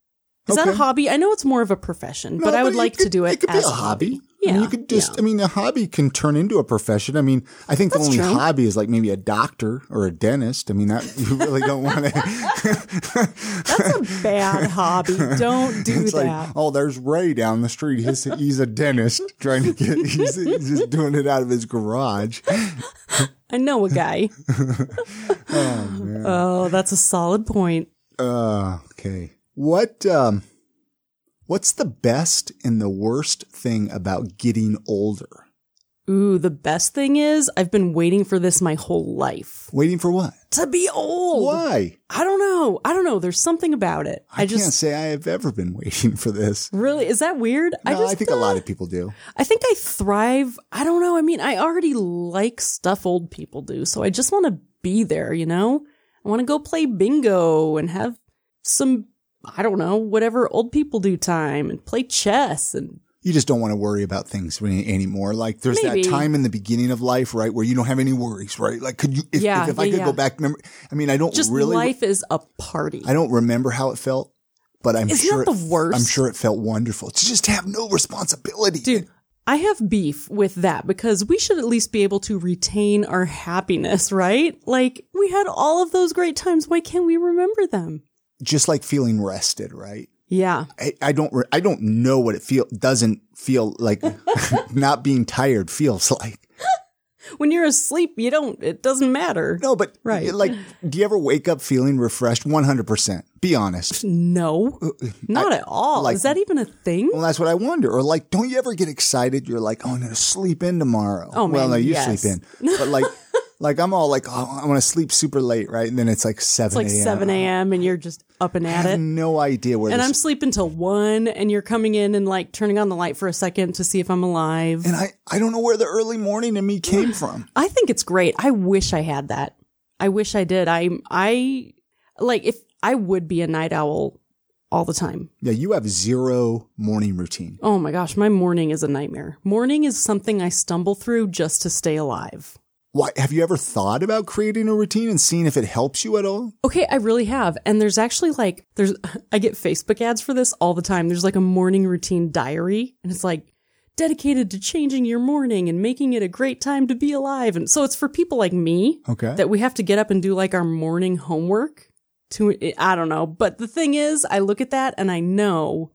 Is that a
Okay.
hobby? I know it's more of a profession,
the-
but
No,
I would
you
like to
could-
do it.
It could
as
be a hobby. I
Yeah,
mean, you could just, I mean, a hobby can turn into a profession. I mean, I think the only
true.
hobby is like maybe a doctor or a dentist. I mean, that you really don't want to.
That's a bad hobby. Don't do
It's
that.
like, oh, there's Ray down the street. He's, he's a dentist trying to get, he's, he's just doing it out of his garage.
I know a guy. oh, that's a solid point.
Uh, okay. What um, what's the best and the worst thing about getting older?
Ooh, the best thing is I've been waiting for this my whole life
Waiting for what?
to be old.
Why?
I don't know. I don't know. There's something about it. I,
I,
just
can't say I have ever been waiting for this.
Really? Is that weird?
No, I,
just
think a lot of people do.
I think I thrive. I don't know. I mean, I already like stuff old people do, so I just want to be there, you know? I want to go play bingo and have some I don't know, whatever old people do time and play chess and
You just don't want to worry about things any- anymore. Like there's
Maybe.
that time in the beginning of life, right, where you don't have any worries, right? Like could you if,
Yeah,
if, if I
yeah,
could
yeah.
go back remember I mean I don't
just
really
life is a party.
I don't remember how it felt But I'm
Isn't
sure
that
it-
the worst?
I'm sure it felt wonderful to just have no responsibility.
Dude, I have beef with that because we should at least be able to retain our happiness, right? Like, we had all of those great times. Why can't we remember them?
Just like feeling rested, right?
Yeah.
I, I don't re- I don't know what it feel doesn't feel like not being tired feels like.
When you're asleep, you don't, it doesn't matter.
No, but
Right.
like do you ever wake up feeling refreshed 100%? Be honest.
No, not at all.
Uh, like-
Is that even a thing?
Well, that's what I wonder. Or like don't you ever get excited you're like, "Oh, I'm going to sleep in tomorrow."
Oh,
well,
man,
no, you
yes.
sleep in. But like like I'm all like, "Oh, I want to sleep super late," right? And then it's like 7
It's like 7 a.m. and you're just up and at
I have
it.
no idea where
And
this
I'm sleeping till 1 and you're coming in and like turning on the light for a second to see if I'm alive.
and I I don't know where the early morning in me came from.
I think it's great. I wish I had that. I wish I did. I I like if I would be a night owl all the time.
Yeah, you have zero morning routine.
Oh my gosh, my morning is a nightmare. Morning is something I stumble through just to stay alive.
Why have you ever thought about creating a routine and seeing if it helps you at all?
Okay, I really have. And there's actually like there's I get Facebook ads for this all the time. There's like a morning routine diary and it's like dedicated to changing your morning and making it a great time to be alive. And so it's for people like me
Okay.
that we have to get up and do like our morning homework to I don't know, but the thing is I look at that and I know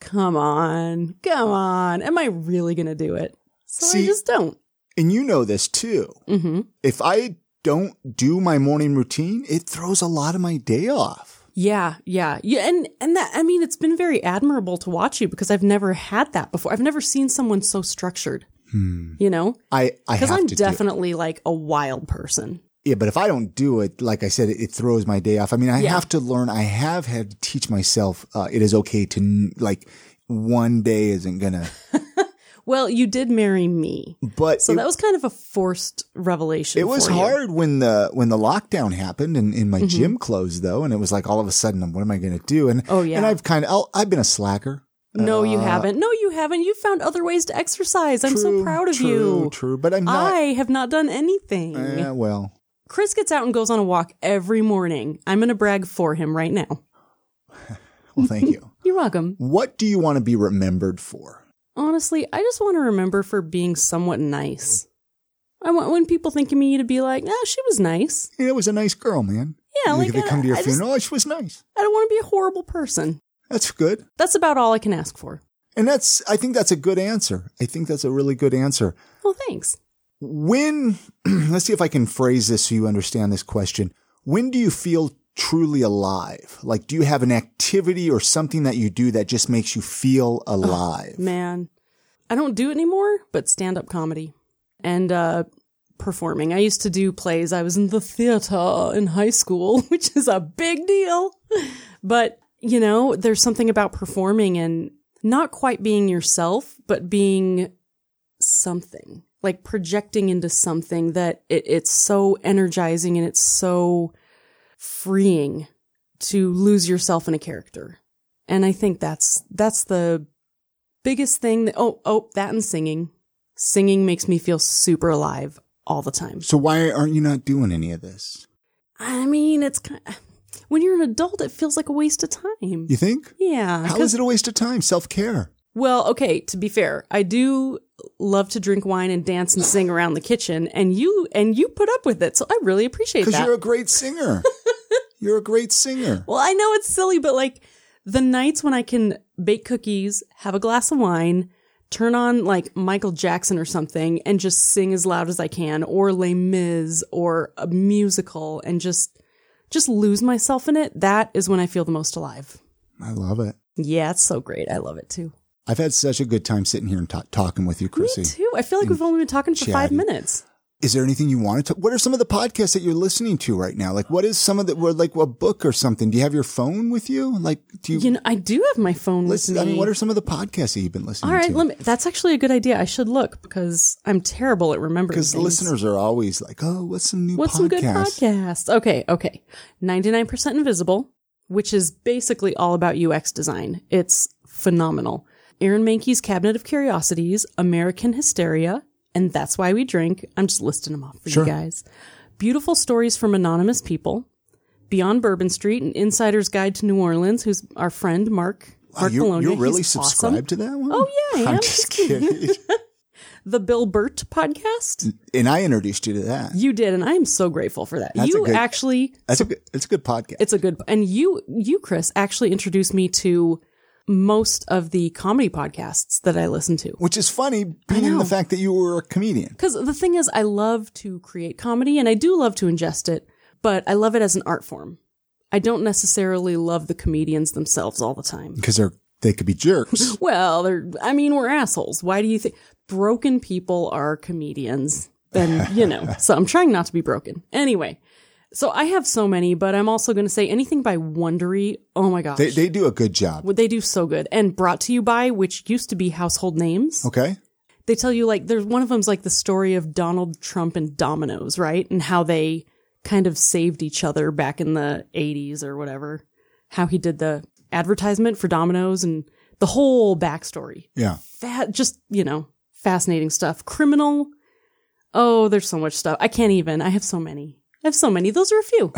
come on. Come on. Am I really going to do it? So I
See-
just don't.
and you know this too.
Mhm.
If I don't do my morning routine, it throws a lot of my day off.
Yeah, yeah. Yeah, and and that I mean it's been very admirable to watch you because I've never had that before. I've never seen someone so structured. You know?
I I have
Cuz I'm
to do it.
definitely like a wild person.
Yeah, but if I don't do it, like I said, it, it throws my day off. I mean, I
Yeah.
have to learn. I have had to teach myself. Uh, it is okay to n- like one day isn't gonna.
Well, you did marry me.
But
So
it,
that was kind of a forced revelation.
it was
for you. Mm-hmm.
hard when the when the lockdown happened and, and my gym closed though, and it was like all of a sudden, what am I gonna do? And
Oh, yeah.
and I've kind of I've been a slacker.
No, you haven't. No, you haven't. You've found other ways to exercise. I'm so proud of
Uh, true,
you.
True, but I'm
I
not.
have not done anything.
Eh, well,
Chris gets out and goes on a walk every morning. I'm going to brag for him right now.
well, thank you.
You're welcome.
What do you want to be remembered for?
Honestly, I just want to remember for being somewhat nice. I want when people think of me to be like, oh, she was nice.
You know, it was a nice girl, man.
Yeah,
They-
like,
they come to your
I- I just-
funeral. oh, she was nice.
I don't want to be a horrible person.
That's good,
That's about all I can ask for.
and that's. I think that's a good answer. I think that's a really good answer.
Well, thanks.
When, let's see if I can phrase this so you understand this question. When do you feel truly alive? Like, do you have an activity or something that you do that just makes you feel alive?
Man, I don't do it anymore, but stand up comedy and uh, performing. I used to do plays. I was in the theater in high school, which is a big deal. But, you know, there's something about performing and not quite being yourself, but being something like projecting into something that it, it's so energizing and it's so freeing to lose yourself in a character. And I think that's, that's the biggest thing that, oh, oh, that and singing. Singing makes me feel super alive all the time.
So why aren't you not doing any of this?
I mean, it's kind of, when you're an adult, it feels like a waste of time.
You think?
Yeah.
How
'cause-
is it a waste of time? Self care.
Well, okay, to be fair, I do love to drink wine and dance and sing around the kitchen and you and you put up with it. So I really appreciate
Because
that.
you're a great singer. you're a great singer.
well, I know it's silly, but like the nights when I can bake cookies, have a glass of wine, turn on like Michael Jackson or something and just sing as loud as I can or Les Mis or a musical and just just lose myself in it, that is when I feel the most alive.
I love it.
Yeah, it's so great. I love it too.
I've had such a good time sitting here and ta- talking with you,
Me
Chrissy.
too. I feel like we've only been talking for five
chatty.
minutes.
Is there anything you wanted to? What are some of the podcasts that you're listening to right now? Like, what is some of the, or like a book or something? Do you have your phone with you? Like, do you,
You know, I do have my phone
listen?
with
I
me.
mean, what are some of the podcasts that you've been listening
All right,
to?
let me, that's actually a good idea. I should look because I'm terrible at remembering.
Because
things.
listeners are always like, oh, what's some new
what's
podcast?
some good podcasts? Okay, okay. Ninety nine percent invisible, which is basically all about UX design. It's phenomenal. Aaron Mankey's Cabinet of Curiosities, American Hysteria, and That's Why We Drink. I'm just listing them off for
Sure.
you guys. Beautiful stories from anonymous people. Beyond Bourbon Street, an Insider's Guide to New Orleans, who's our friend Mark. Mark
you're,
Bologna.
you're really
He's
subscribed
awesome.
to that one?
Oh, yeah, I
I'm
am.
just kidding.
the Bill Burt podcast.
and I introduced you to that.
You did, and I am so grateful for that.
That's a
you
good-
actually,
That's a good, it's a good podcast.
it's a good, and you, you, Chris, actually introduced me to most of the comedy podcasts that I listen to.
which is funny, being the fact that you were a comedian.
Because the thing is, I love to create comedy and I do love to ingest it, but I love it as an art form. I don't necessarily love the comedians themselves all the time.
Because they're they could be jerks.
Well, they're, I mean, we're assholes. Why do you think broken people are comedians? Then, you know, so I'm trying not to be broken. Anyway, so I have so many, but I'm also going to say anything by Wondery. Oh my gosh.
they,
They,
they do a good job.
they do so good. And brought to you by, which used to be household names
Okay.
they tell you like there's one of them's like the story of Donald Trump and Domino's, right? And how they kind of saved each other back in the 80s or whatever. How he did the advertisement for Domino's and the whole backstory.
Yeah.
Fa- just, you know, fascinating stuff. Criminal. Oh, there's so much stuff. I can't even. I have so many. I have so many. Those are a few.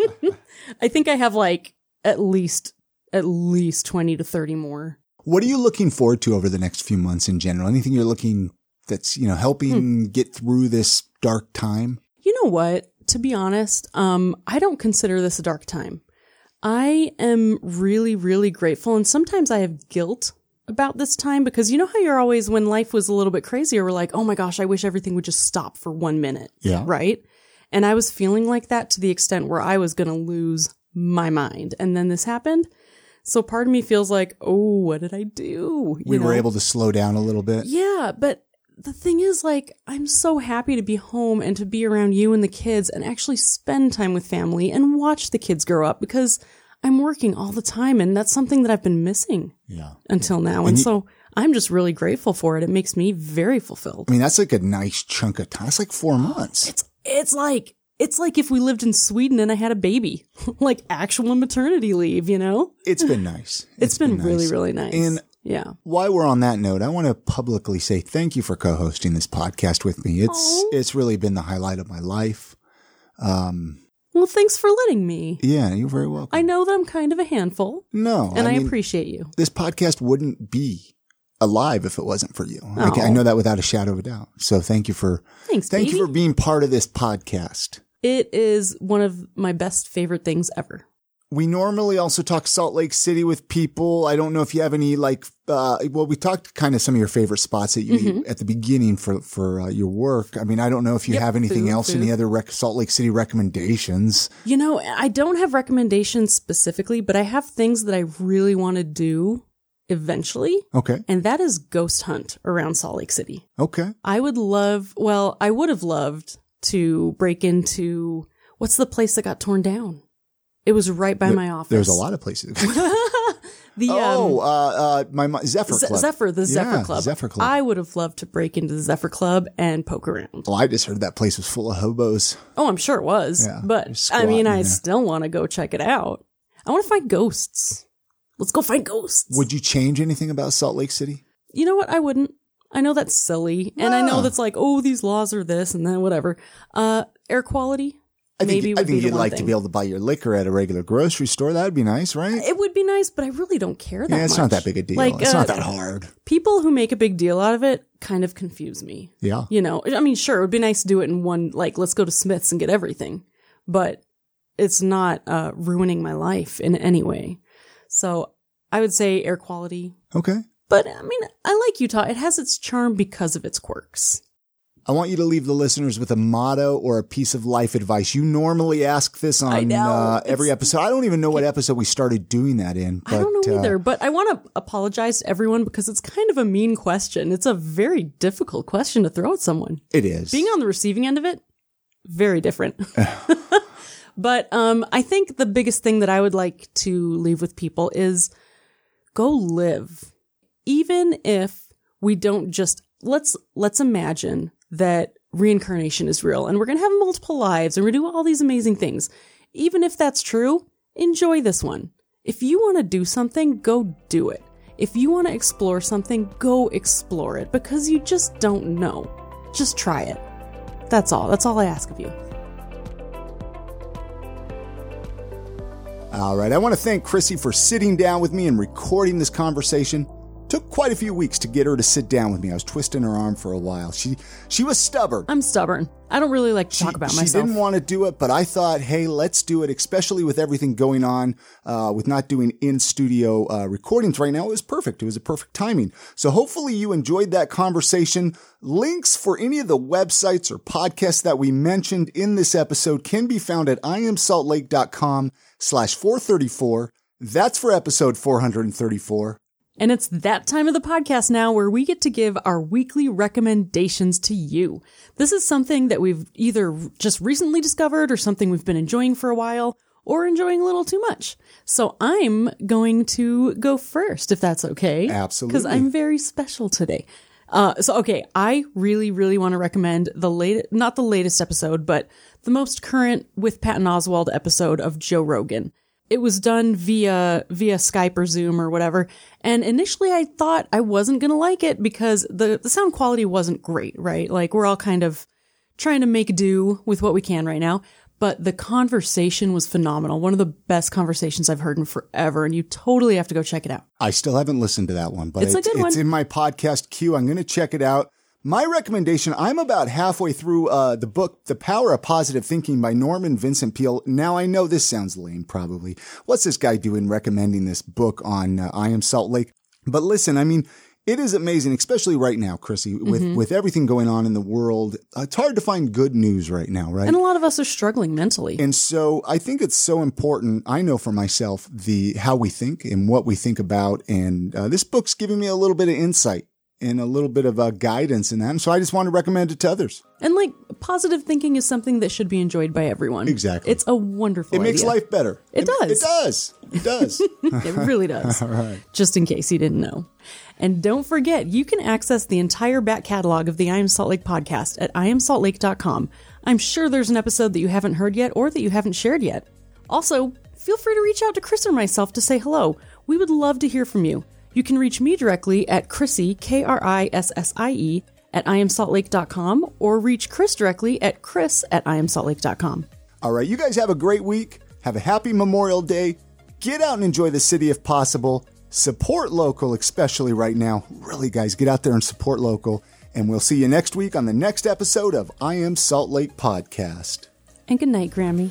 I think I have like at least at least 20 to 30 more.
What are you looking forward to over the next few months in general? Anything you're looking that's you know
Hmm.
helping get through this dark time?
You know what? To be honest, um, I don't consider this a dark time. I am really, really grateful. And sometimes I have guilt about this time because you know how you're always, when life was a little bit crazier, we're like, oh my gosh, I wish everything would just stop for one minute.
Yeah.
Right. And I was feeling like that to the extent where I was going to lose my mind. And then this happened. So part of me feels like, oh, what did I do? You
We were
know?
able to slow down a little bit.
Yeah, but the thing is, like, I'm so happy to be home and to be around you and the kids and actually spend time with family and watch the kids grow up because I'm working all the time and that's something that I've been missing
Yeah.
until now. And, so I'm just really grateful for it. It makes me very fulfilled.
I mean, that's like a nice chunk of time. It's like four months.
It's it's like it's like if we lived in Sweden and I had a baby, like actual maternity leave, you know?
It's been nice.
it's been, really,
nice.
really nice.
And-
yeah.
While we're on that note, I want to publicly say thank you for co-hosting this podcast with me. It's
Aw.
it's really been the highlight of my life. Um,
Well, thanks for letting me.
yeah, you're very welcome.
I know that I'm kind of a handful,
no,
and I,
mean,
appreciate you.
this podcast wouldn't be alive if it wasn't for you. I, ca- I
Aw.
know that without a shadow of a doubt. So thank you for
Thanks,
thank
baby.
you for being part of this podcast.
It is one of my best favorite things ever.
We normally also talk Salt Lake City with people. I don't know if you have any like uh, well, we talked kind of some of your favorite spots that you at the beginning for for uh, your work. I mean, I don't know if you
Mm-hmm. Yep,
have anything
food,
else, any
food.
other rec- Salt Lake City recommendations.
You know, I don't have recommendations specifically, but I have things that I really want to do eventually,
Okay,
and that is ghost hunt around Salt Lake City.
okay.
I would love, well, I would have loved to break into what's the place that got torn down? It was right by my office.
There's a lot of places.
The um,
oh, uh, uh, my, mo- Zephyr
Ze-
Club.
Zephyr, the
Yeah,
Zephyr Club.
Zephyr Club.
I would have loved to break into the Zephyr Club and poke around.
Well, I just heard that place was full of hobos.
Oh, I'm sure it was.
Yeah, you're
but I
squatting
mean, I
there.
still want to go check it out. I want to find ghosts. Let's go find ghosts.
Would you change anything about Salt Lake City?
you know what? I wouldn't. I know that's silly, and I
Yeah.
know that's like, oh, these laws are this and then whatever. Uh, air quality,
I think,
maybe
I
would
think
be
you'd
the one
like
thing.
to be able to buy your liquor at a regular grocery store. That'd be nice, right?
It would be nice, but I really don't care that.
yeah, it's not
much.
that big a deal.
Like,
it's
uh,
not that hard.
People who make a big deal out of it kind of confuse me.
Yeah.
You know, I mean, sure, it would be nice to do it in one. Like, let's go to Smith's and get everything, but it's not uh, ruining my life in any way. So I would say air quality,
Okay.
But I mean, I like Utah. It has its charm because of its quirks.
I want you to leave the listeners with a motto or a piece of life advice. You normally ask this on
know.
Uh, every episode. I don't even know what episode we started doing that in. But,
I don't know
uh,
either, but I want to apologize to everyone because it's kind of a mean question. It's a very difficult question to throw at someone.
it is.
Being on the receiving end of it, very different. but um, I think the biggest thing that I would like to leave with people is go live, even if we don't just let's let's imagine that reincarnation is real and we're gonna have multiple lives and we're gonna do all these amazing things. Even if that's true, enjoy this one. If you want to do something, go do it. If you want to explore something, go explore it because you just don't know. Just try it. That's all. That's all I ask of you.
All right, I want to thank Chrissy for sitting down with me and recording this conversation. Took quite a few weeks to get her to sit down with me. I was twisting her arm for a while. She she was stubborn.
I'm stubborn. I don't really like to talk about
she
myself.
didn't want to do it, but I thought, hey, let's do it, especially with everything going on, uh, with not doing in studio uh, recordings right now. It was perfect. It was a perfect timing. So hopefully you enjoyed that conversation. Links for any of the websites or podcasts that we mentioned in this episode can be found at iamsaltlake.com slash 434. That's for episode 434.
And it's that time of the podcast now where we get to give our weekly recommendations to you. This is something that we've either just recently discovered or something we've been enjoying for a while or enjoying a little too much. So I'm going to go first, if that's okay.
Absolutely.
Because I'm very special today. Uh, so okay, I really, really want to recommend the late, not the latest episode, but the most current with Patton Oswald episode of Joe Rogan it was done via via Skype or Zoom or whatever. And initially I thought I wasn't going to like it because the, the sound quality wasn't great, right? Like we're all kind of trying to make do with what we can right now. But the conversation was phenomenal. One of the best conversations I've heard in forever. And you totally have to go check it out.
I still haven't listened to that one, but
It's a good
it's
one.
in my podcast queue. I'm going to check it out. My recommendation I'm about halfway through uh, the book, The Power of Positive Thinking by Norman Vincent Peale. Now, I know this sounds lame, probably. What's this guy doing recommending this book on uh, I Am Salt Lake? But listen, I mean, it is amazing, especially right now, Chrissy, with,
Mm-hmm.
with everything going on in the world. Uh, it's hard to find good news right now, right?
And a lot of us are struggling mentally.
And so I think it's so important. I know for myself the how we think and what we think about, and uh, this book's giving me a little bit of insight and a little bit of uh, guidance in that. And so I just want to recommend it to others.
And like positive thinking is something that should be enjoyed by everyone.
Exactly.
It's a wonderful
It makes
idea.
life better.
It does.
It does. It does.
it really does. Just in case you didn't know. And don't forget, you can access the entire back catalog of the I Am Salt Lake podcast at iamsaltlake.com. I'm sure there's an episode that you haven't heard yet or that you haven't shared yet. Also, feel free to reach out to Chris or myself to say hello. We would love to hear from you. You can reach me directly at Chrissy, K R I S S I E, at iamsaltlake.com or reach Chris directly at Chris at iamsaltlake.com.
All right, you guys have a great week. Have a happy Memorial Day. Get out and enjoy the city if possible. Support local, especially right now. Really, guys, get out there and support local. And we'll see you next week on the next episode of I Am Salt Lake Podcast.
And good night, Grammy.